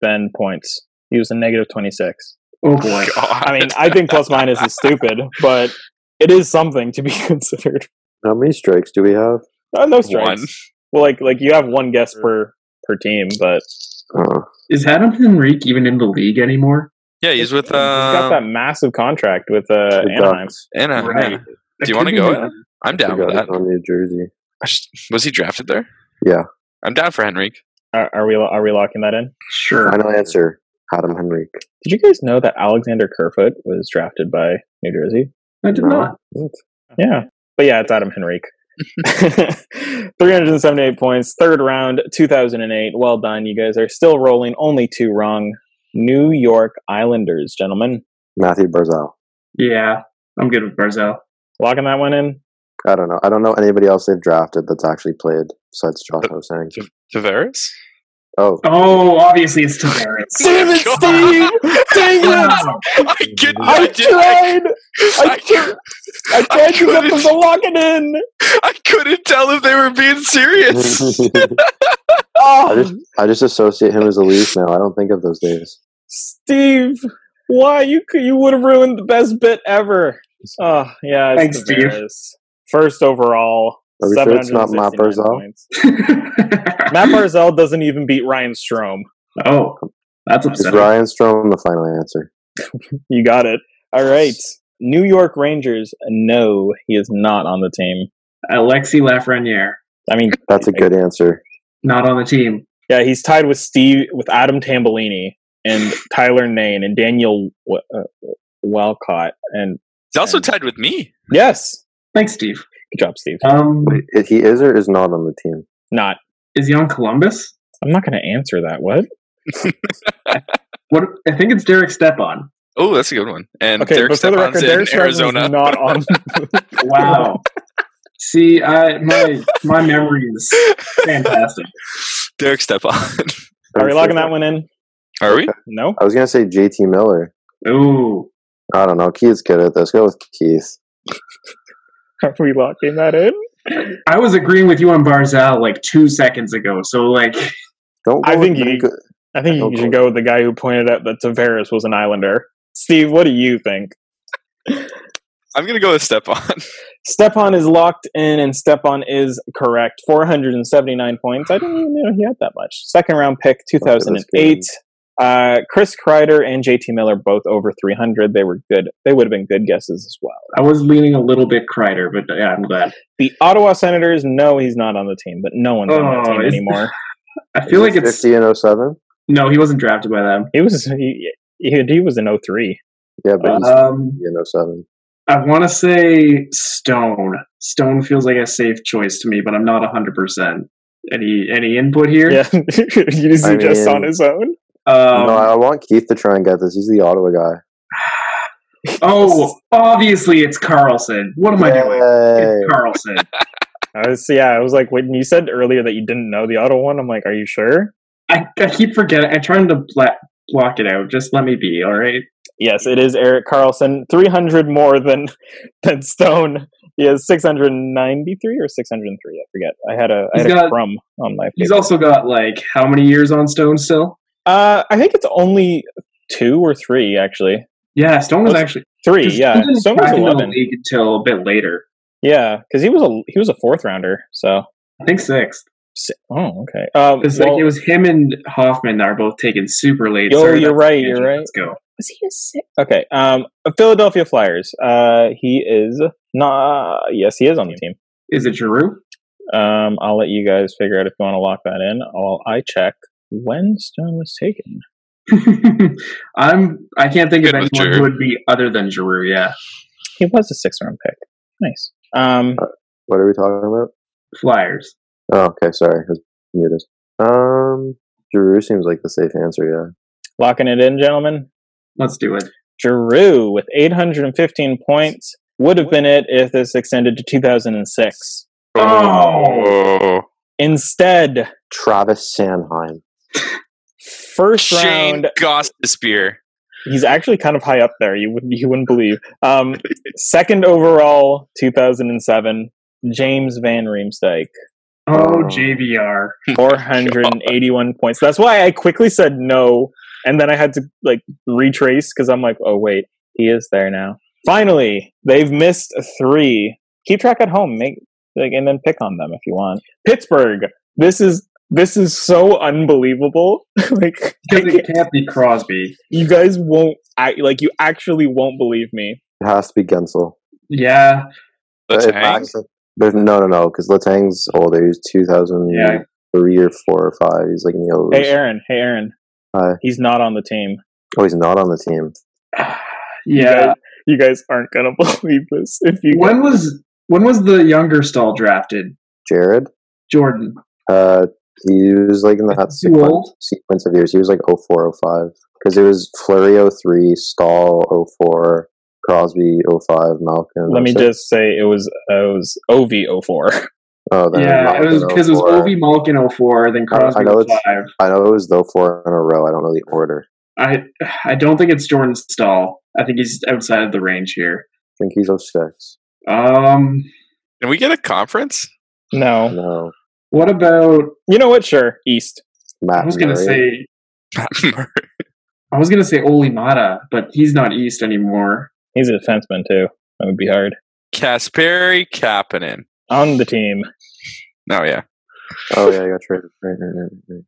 E: than points. He was a negative 26.
D: Oh boy.
E: I mean, I think plus minus is stupid, but it is something to be (laughs) considered.
B: How many strikes do we have?
E: Uh, no
C: one.
E: strikes. Well, like like you have one guess per per team, but
B: Oh,
D: Is Adam Henrique even in the league anymore?
C: (laughs) Yeah, he's with
E: he's got that
C: uh,
E: massive contract with uh,
B: With
E: Anaheim.
C: Anna.
D: Right.
C: Do you want to go? Adam? I'm
B: I
C: down with
B: got
C: that.
B: it on New Jersey.
C: I just- was he drafted there?
B: Yeah.
C: I'm down for Henrique.
E: Are, are we lo- are we locking that in?
D: Sure.
B: Final answer Adam Henrique.
E: Did you guys know that Alexander Kerfoot was drafted by New Jersey?
D: I did
B: No.
D: not.
E: Yeah, but yeah, it's Adam Henrique. (laughs) 378 points, third round, 2008. Well done, you guys are still rolling. Only two wrong. New York Islanders, gentlemen,
B: Matthew Barzal.
D: Yeah, I'm good with Barzell.
E: locking that one in.
B: I don't know. I don't know anybody else they've drafted that's actually played besides Josh
C: But-
B: Hosang.
E: (laughs)
C: Tavares?
B: Oh,
D: Oh, obviously it's Tavares.
E: Damn it, Steve! Dang it!
D: Wow.
C: I could
E: I tried. I tried. I tried to get them
C: couldn't-
E: to lock it in.
C: I couldn't tell if they were
B: (laughs)
C: being serious.
B: I
E: Oh,
B: just I just associate him as Elise now. I don't think of those days.
E: Steve, why you c- you would have ruined the best bit ever? Oh yeah, it's
D: Thanks, Steve.
E: Tavares. First overall.
B: Are we sure it's not Matt
E: 769
B: Barzal?
E: points. Matt Barzell doesn't even beat Ryan Strom.
D: (laughs) oh, that's
B: Is
D: upsetting.
B: Ryan Strom the final answer?
E: You got it. All right. New York Rangers. No, he is not on the team.
D: Alexi Lafreniere,
E: I mean,
B: That's a good answer.
D: not on the team.
E: Yeah, he's tied with Steve with Adam Tambellini and Tyler Nain and Daniel W- uh, Walcott. And
C: He's also tied with me.
E: yes,
D: Thanks, Steve.
E: good job, Steve.
D: Um,
B: Wait, if he is or is not on the team.
E: Not.
D: is he on Columbus?
E: I'm not going to answer that. What?
D: What I think it's Derek Stepan.
C: Oh, that's a good one. And
E: Okay,
C: Derek
E: but for the
C: Stepan's
E: record,
C: in
E: Derek Stepan is
C: Arizona.
E: not on. (laughs)
D: Wow. See, I my my memory is fantastic.
C: (laughs) Derek Stepan. (laughs)
E: Are we logging that one in?
C: Are we?
E: No. (laughs)
B: I was gonna say JT Miller.
D: Ooh,
B: I don't know. Keith's good at this. Go with Keith.
E: Are we locking that in?
D: I was agreeing with you on Barzell like two seconds ago. So like,
B: Don't. Go
E: I
B: with
E: think
B: Mika-
E: I think you
B: Okay.
E: should go with the guy who pointed out that Tavares was an Islander. Steve, what do you think?
C: I'm going to go with Stepan.
E: Stepan is locked in, and Stepan is correct. 479 points. I didn't even know he had that much. Second round pick,
B: Look at this
E: 2008. Uh, Chris Kreider and JT Miller both over 300. They were good. They would have been good guesses as well.
D: I was leaning a little bit Kreider, but yeah, I'm glad.
E: The Ottawa Senators, no, he's not on the team, but no one's on that
D: Oh,
E: team
D: is-
E: anymore.
D: I feel like it's
B: fifty and 07?
D: no. He wasn't drafted by them.
E: He was he, he, he was oh in 03.
B: Yeah, but he's
D: Um,
B: 50 and 07.
D: I want to say Stone. Stone feels like a safe choice to me, but I'm not 100. percent Any any input here?
E: Yeah, (laughs) he's
B: I
E: just
B: mean-
E: on his own.
D: Um,
B: no, I want Keith to try and get this. He's the Ottawa guy.
D: oh, obviously it's Carlson. What am I doing?
B: Yay.
D: It's Carlson.
E: I was, yeah, I was like, when you said earlier that you didn't know the Ottawa one, I'm like, are you sure?
D: I, I keep forgetting. I trying to bla- block it out. Just let me be. All right.
E: Yes, it is Eric Carlson. Three hundred more than (laughs) than Stone. He has six hundred ninety three or six hundred three. I forget. I had a
D: He's
E: I had a
D: got-
E: crumb on my.
D: He's
E: paper.
D: also got like how many years on Stone still?
E: uh, I think it's only two or three actually.
D: Yeah, Stone was
E: What's-
D: actually
E: Three,
D: 'cause
E: yeah.
D: Stone didn't
E: Stone was
D: crack into the
E: eleven.
D: league until a bit later.
E: Yeah, because he was a he was a fourth rounder. So
D: I think sixth.
E: si- oh okay. Um,
D: Because
E: well,
D: like it was him and Hoffman that are both taken super late.
E: Yo,
D: Sorry,
E: you're
D: that's
E: right,
D: a
E: you're
D: tangent.
E: right.
D: Let's go.
E: was he a six? Okay. Um, Philadelphia Flyers. Uh, he is not. Yes, he is on the team.
D: Is it Giroux? (laughs)
E: Um, I'll let you guys figure out if you want to lock that in. While I check when Stone was taken.
D: I'm. I can't think of
C: Good with
D: anyone who
C: Giroux.
D: would be other than Giroux. Yeah,
E: He was a six round pick. Nice. Um,
B: What are we talking about?
D: Flyers.
B: Oh, okay. Sorry, I was muted. Um, Giroux seems like the safe answer.
E: locking it in, gentlemen.
D: Let's do it.
E: Giroux with 815 points would have been it if this extended to 2006.
D: Oh.
E: Instead,
B: Yeah, Travis Sanheim.
E: first
C: (laughs) Shane
E: round,
C: Gostisbehere.
E: he's actually kind of high up there. You wouldn't you wouldn't believe. Um, second overall, 2007. James Van Riemsdyk.
D: Oh, JVR.
E: 481 points. That's why I quickly said no. And then I had to like retrace because I'm like, oh, wait, he is there now. Finally, they've missed three. Keep track at home. Make like, and then pick on them if you want. Pittsburgh. This is, this is so unbelievable. (laughs) like, I
D: Because it
E: can't-
D: can't be Crosby.
E: you guys won't, I, like, you actually won't believe me.
B: It has to be Gensel. Uh,
D: Yeah. (sighs)
C: Let's
B: If
C: hang.
B: Max- there's, no, no, no, because Latang's older. He's 2003 or 4 or 5. He's like in the oldest.
E: Hey, Aaron. Hey, Aaron.
B: Hi.
E: He's not on the team.
B: oh, he's not on the team.
D: Yeah.
E: You guys aren't going to (laughs) believe this if you
D: When was when was the younger stall drafted?
B: Jared?
D: Jordan.
B: Uh, he was like in that
D: Too
B: sequence,
D: old.
B: sequence of years. He was like 04, 05. Because it was oh Flurry 03, Stahl 04, Crosby 05, Malkin.
E: Let me
B: 06.
E: just say it was uh, it was (laughs) OV04.
B: Oh, then
D: Yeah, it was
B: Malkin
D: because it
B: 04.
D: was Ovi Malkin 04, then
B: I- I
D: Crosby
B: know it's-
D: 05.
B: I know it was though four in a row. I don't know the order.
D: I (sighs) I don't think it's Jordan Stahl. I think he's outside of the range here.
B: I think he's 06.
D: Um,
C: Can we get a conference? (laughs)
D: Oh.
E: No,
B: No,
D: what about?
E: you know what? Sure, East.
B: Matt.
D: I was gonna
B: Murray.
D: say I was gonna say Olimata, but he's not East anymore.
E: He's a defenseman too. That would be hard
C: Kasperi Kapanen.
E: on the team.
C: Oh yeah.
B: Oh yeah, I got traded. Right, right, right, right.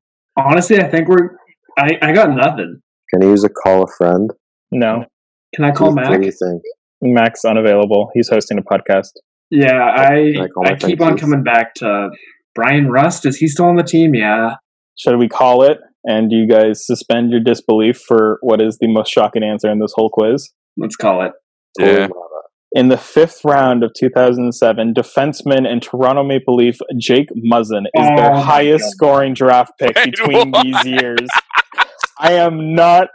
D: Honestly, I think we're. I I got nothing.
B: Can he use a call a friend?
E: No,
D: Can I call
B: What do you- What
D: Mac?
B: do you think?
E: Max unavailable. He's hosting a podcast.
D: Yeah, I
B: Can I call my
D: I keep
B: friend,
D: on
B: please?
D: coming back to Brian Rust. Is he still on the team? Yeah.
E: Should we call it? And you guys suspend your disbelief for what is the most shocking answer in this whole quiz.
D: Let's call it.
C: Yeah.
E: In the fifth round of 2007, defenseman and Toronto Maple Leaf Jake Muzzin is
D: Oh
E: their
D: my
E: highest
D: God.
E: scoring draft pick
C: Wait,
E: between
C: what?
E: these years. I am not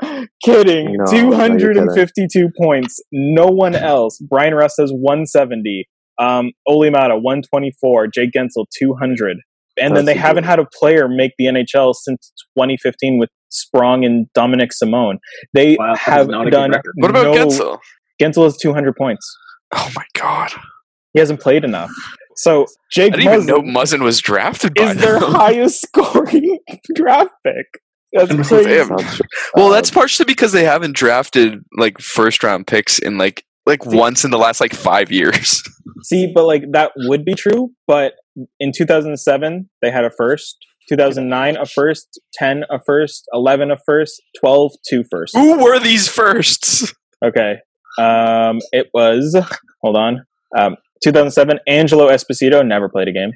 E: kidding.
B: No, no, you're
E: 252 points. No one else. Brian Russ has 170. Um, Ole Mata 124. Jake Gensel 200. And then
B: That's
E: they
B: a
E: haven't
B: good-
E: had a player make the NHL since 2015 with Sprong and Dominic Simone. They
D: Wow, that is
E: have
D: not a good
E: done.
D: record.
C: What about
E: no-
C: Gensel?
E: Gensel has 200 points.
C: Oh my god.
E: He hasn't played enough. So Jake
C: I didn't even know
E: Muzzin
C: Muzzin was drafted by (laughs)
E: is their
C: them.
E: highest scoring (laughs) draft pick. That's
D: Damn.
E: crazy.
B: (laughs)
C: Damn. Well, that's partially because they haven't drafted like first round picks in like like once in the last like five years.
E: See, but like that would be true. But in 2007, they had a first. 2009, a first. 10, a first. 11, a first. 12, two firsts.
C: (laughs) Who were these firsts?
E: Okay. Um, it was, hold on. Um, 2007, Angelo Esposito never played a game.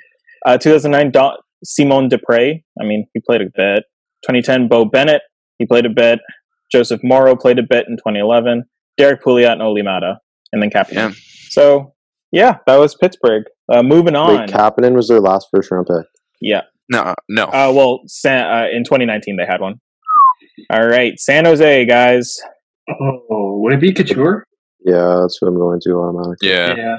E: Uh, 2009, Don, Simon Dupre. I mean, he played a bit. 2010, Bo Bennett. He played a bit. Joseph Morrow played a bit in 2011. Derek Pouliot and Olimata. And then Kapanen.
C: Yeah.
E: So, yeah, that was Pittsburgh. Uh, moving on.
B: Wait, Kapanen was their last first round pick.
C: No, no.
E: uh, well, San, uh, in 2019, they had one. All right, San Jose, guys.
D: Oh, would it be Couture?
B: Yeah, that's what I'm going to automatically.
C: yeah.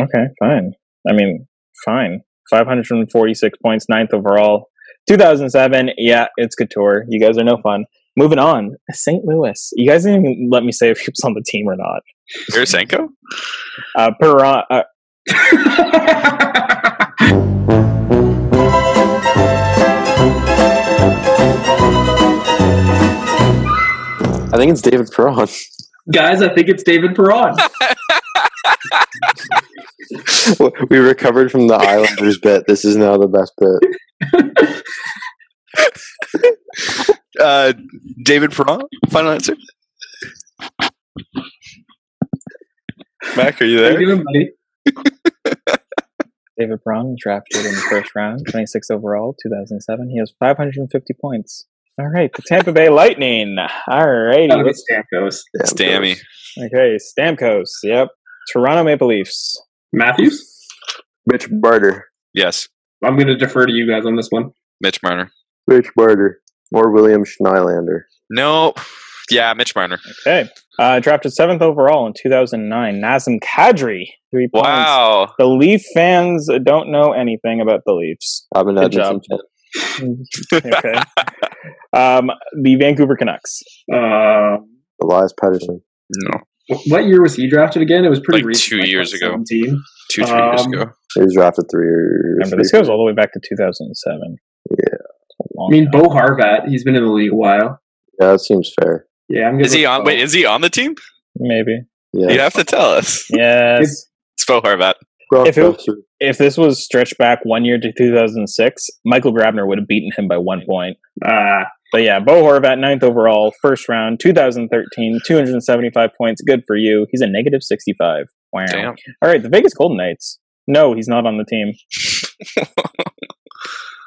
E: Okay, fine. I mean, fine. 546 points, ninth overall. 2007. Yeah, it's Couture. You guys are no fun. Moving on, St. Louis. You guys didn't even let me say (laughs) if he was on the team or not.
C: Tarasenko?
E: Uh, Perron, uh,
D: Yeah. (laughs)
B: I think it's David Perron. (laughs)
D: Guys, I think it's David Perron.
B: we recovered from the Islanders bit. This is now the best bit.
C: Uh, David Perron? Final answer. Mac, are you
D: Thank
C: there?
D: you, buddy.
E: David Perron, drafted in the first round, 26 overall, 2007. He has 550 points. All right, the Tampa Bay Lightning. All righty.
D: Gotta be
E: let's-
D: Stamkos.
B: Damn,
C: Stammy.
E: Okay, Stamkos. Yep. Toronto Maple Leafs.
D: Matthews?
B: Mitch Barter.
C: Yes.
D: I'm going to defer to you guys on this one.
C: Mitch Marner.
B: Mitch Barter. Or William Schneilander.
C: No. Yeah, Mitch Marner.
E: Okay. Uh, drafted seventh overall in 2009. Nazem Kadri. Three points. (laughs)
C: Wow.
E: The Leaf fans don't know anything about the Leafs.
B: I'm an
E: Good
B: Edmonton fan.
C: (laughs)
E: Okay. um, the Vancouver Canucks.
D: Uh,
B: Elias Pettersson.
C: No.
D: what year was he drafted again? It was pretty
C: Like
D: recent.
C: two years ago.
D: 2017.
C: two three years
D: Um,
C: ago.
B: He was drafted three years.
E: Remember, this goes all the way back to 2007.
B: Yeah.
C: Oh,
D: I mean, Bo Harvat, he's been in the league a while.
B: Yeah, that seems fair.
D: Yeah, I'm gonna
C: Is he on?
D: Bo.
C: Wait, is he on the team?
E: maybe.
B: Yeah.
C: You have to tell us.
E: Yes.
C: It's Bo Horvat.
E: If it-
B: Rochester.
E: If this was stretched back one year to 2006, Michael Grabner would have beaten him by one point.
D: Ah,
E: But yeah, Bo Horvat, ninth overall, first round, 2013, 275 points. Good for you. He's a negative 65. Wow.
C: Damn.
E: All right, the Vegas Golden Knights. No, he's not on the team.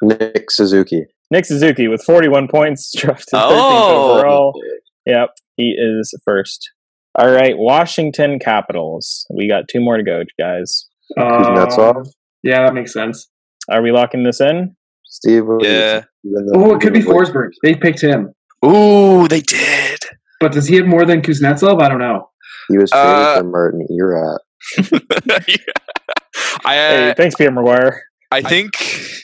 B: Nick Suzuki.
E: Nick Suzuki with 41 points, (laughs) drafted 13th
C: Oh.
E: overall. Yep, he is first. All right, Washington Capitals. We got two more to go, guys.
D: um,
B: Kuznetsov.
D: yeah, that makes sense.
E: Are we locking this in?
B: Steve. what do you
C: Yeah.
B: think? Even though-
D: Oh, it could be Forsberg. They picked him,
C: Ooh, they did.
D: but does he have more than Kuznetsov? I don't know.
B: He was traded
C: Uh,
B: for Martin Erat.
C: (laughs) Yeah. I uh,
E: hey, thanks, Peter McGuire.
C: I think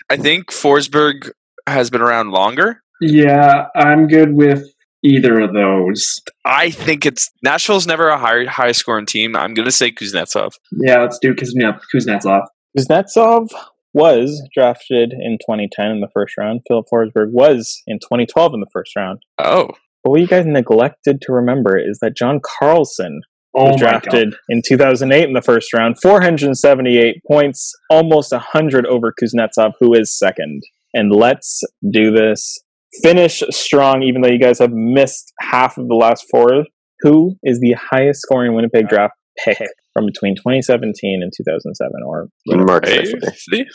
C: I think Forsberg has been around longer.
D: Yeah, I'm good with either of those.
C: I think it's Nashville's never a high high scoring team. I'm gonna say Kuznetsov.
D: Yeah, let's do Kuzne- Kuznetsov.
E: Kuznetsov was drafted in 2010 in the first round. Philip Forsberg was in 2012 in the first round.
C: Oh,
E: But what you guys neglected to remember is that John Carlson
D: Oh
E: was drafted in 2008 in the first round, 478 points, almost 100 over Kuznetsov, who is second. And let's do this. Finish strong, even though you guys have missed half of the last four. Who is the highest scoring Winnipeg draft pick from between 2017 and 2007? Or
B: Mark
C: hey,
B: Scheifele.
C: see?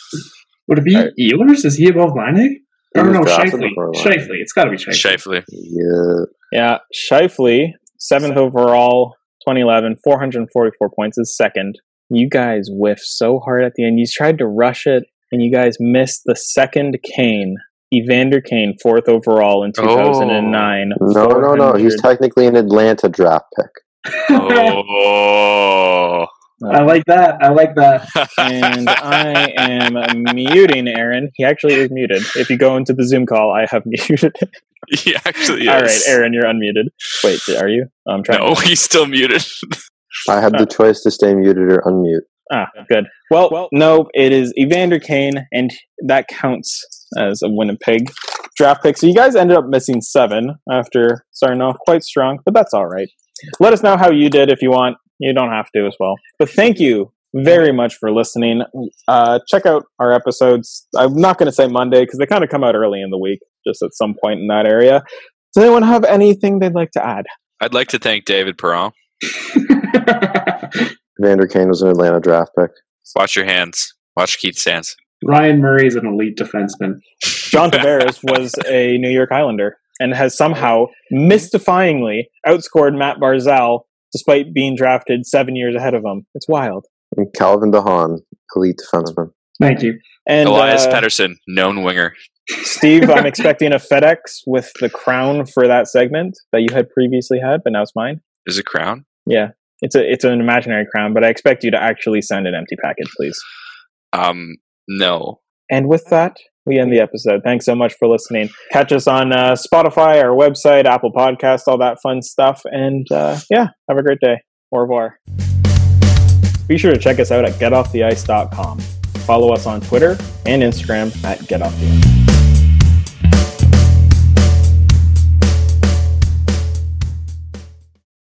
D: Would it be
B: Alright.
D: Ehlers? Is he above Leinig?
B: He
D: Or
B: was
D: no,
B: drafted
D: Shifley.
B: before Leinig.
D: Shifley. It's got to be Shifley.
C: Shifley.
B: Yeah.
E: yeah, Shifley, seventh overall, 2011, 444 points is second. You guys whiffed so hard at the end. You tried to rush it, and you guys missed the second Kane, Evander Kane, fourth overall in 2009.
B: No, no, no. He's
E: 400
B: technically an Atlanta draft pick.
C: Oh,
D: (laughs) I like that. I like that.
E: and I am muting Aaron. He actually is muted. If you go into the Zoom call, I have (laughs) muted.
C: (laughs) he actually is.
E: All right, Aaron, you're unmuted. Wait, are you? I'm trying.
C: No, he's still muted. (laughs)
B: I had
E: Uh.
B: the choice to stay muted or unmute.
E: Ah, good. Well, no, it is Evander Kane, and that counts as a Winnipeg draft pick. So you guys ended up missing seven after starting off quite strong, but that's all right. Let us know how you did if you want. You don't have to as well. But thank you very much for listening. Uh, check out our episodes. I'm not going to say Monday because they kind of come out early in the week, just at some point in that area. Does anyone have anything they'd like to add?
C: I'd like to thank David Perron. (laughs)
B: Vander Kane was an Atlanta draft pick.
C: Watch your hands. Watch Keith Sands.
D: Ryan Murray is an elite defenseman.
C: (laughs)
E: John Tavares was a New York Islander and has somehow mystifyingly outscored Matt Barzell despite being drafted seven years ahead of him. It's wild.
B: And Calvin DeHaan, elite defenseman.
D: Thank you.
E: And
C: Elias
E: uh,
C: Pettersson, known winger.
E: Steve, I'm expecting a FedEx with the crown for that segment that you had previously had, but now it's mine.
C: Is a crown?
E: It's a it's an imaginary crown, but I expect you to actually send an empty package, please.
C: Um, no.
E: And with that, we end the episode. Thanks so much for listening. Catch us on uh, Spotify, our website, Apple Podcast, all that fun stuff. And uh, yeah, have a great day. Au revoir. Be sure to check us out at getofftheice.com. Follow us on Twitter and Instagram at getofftheice.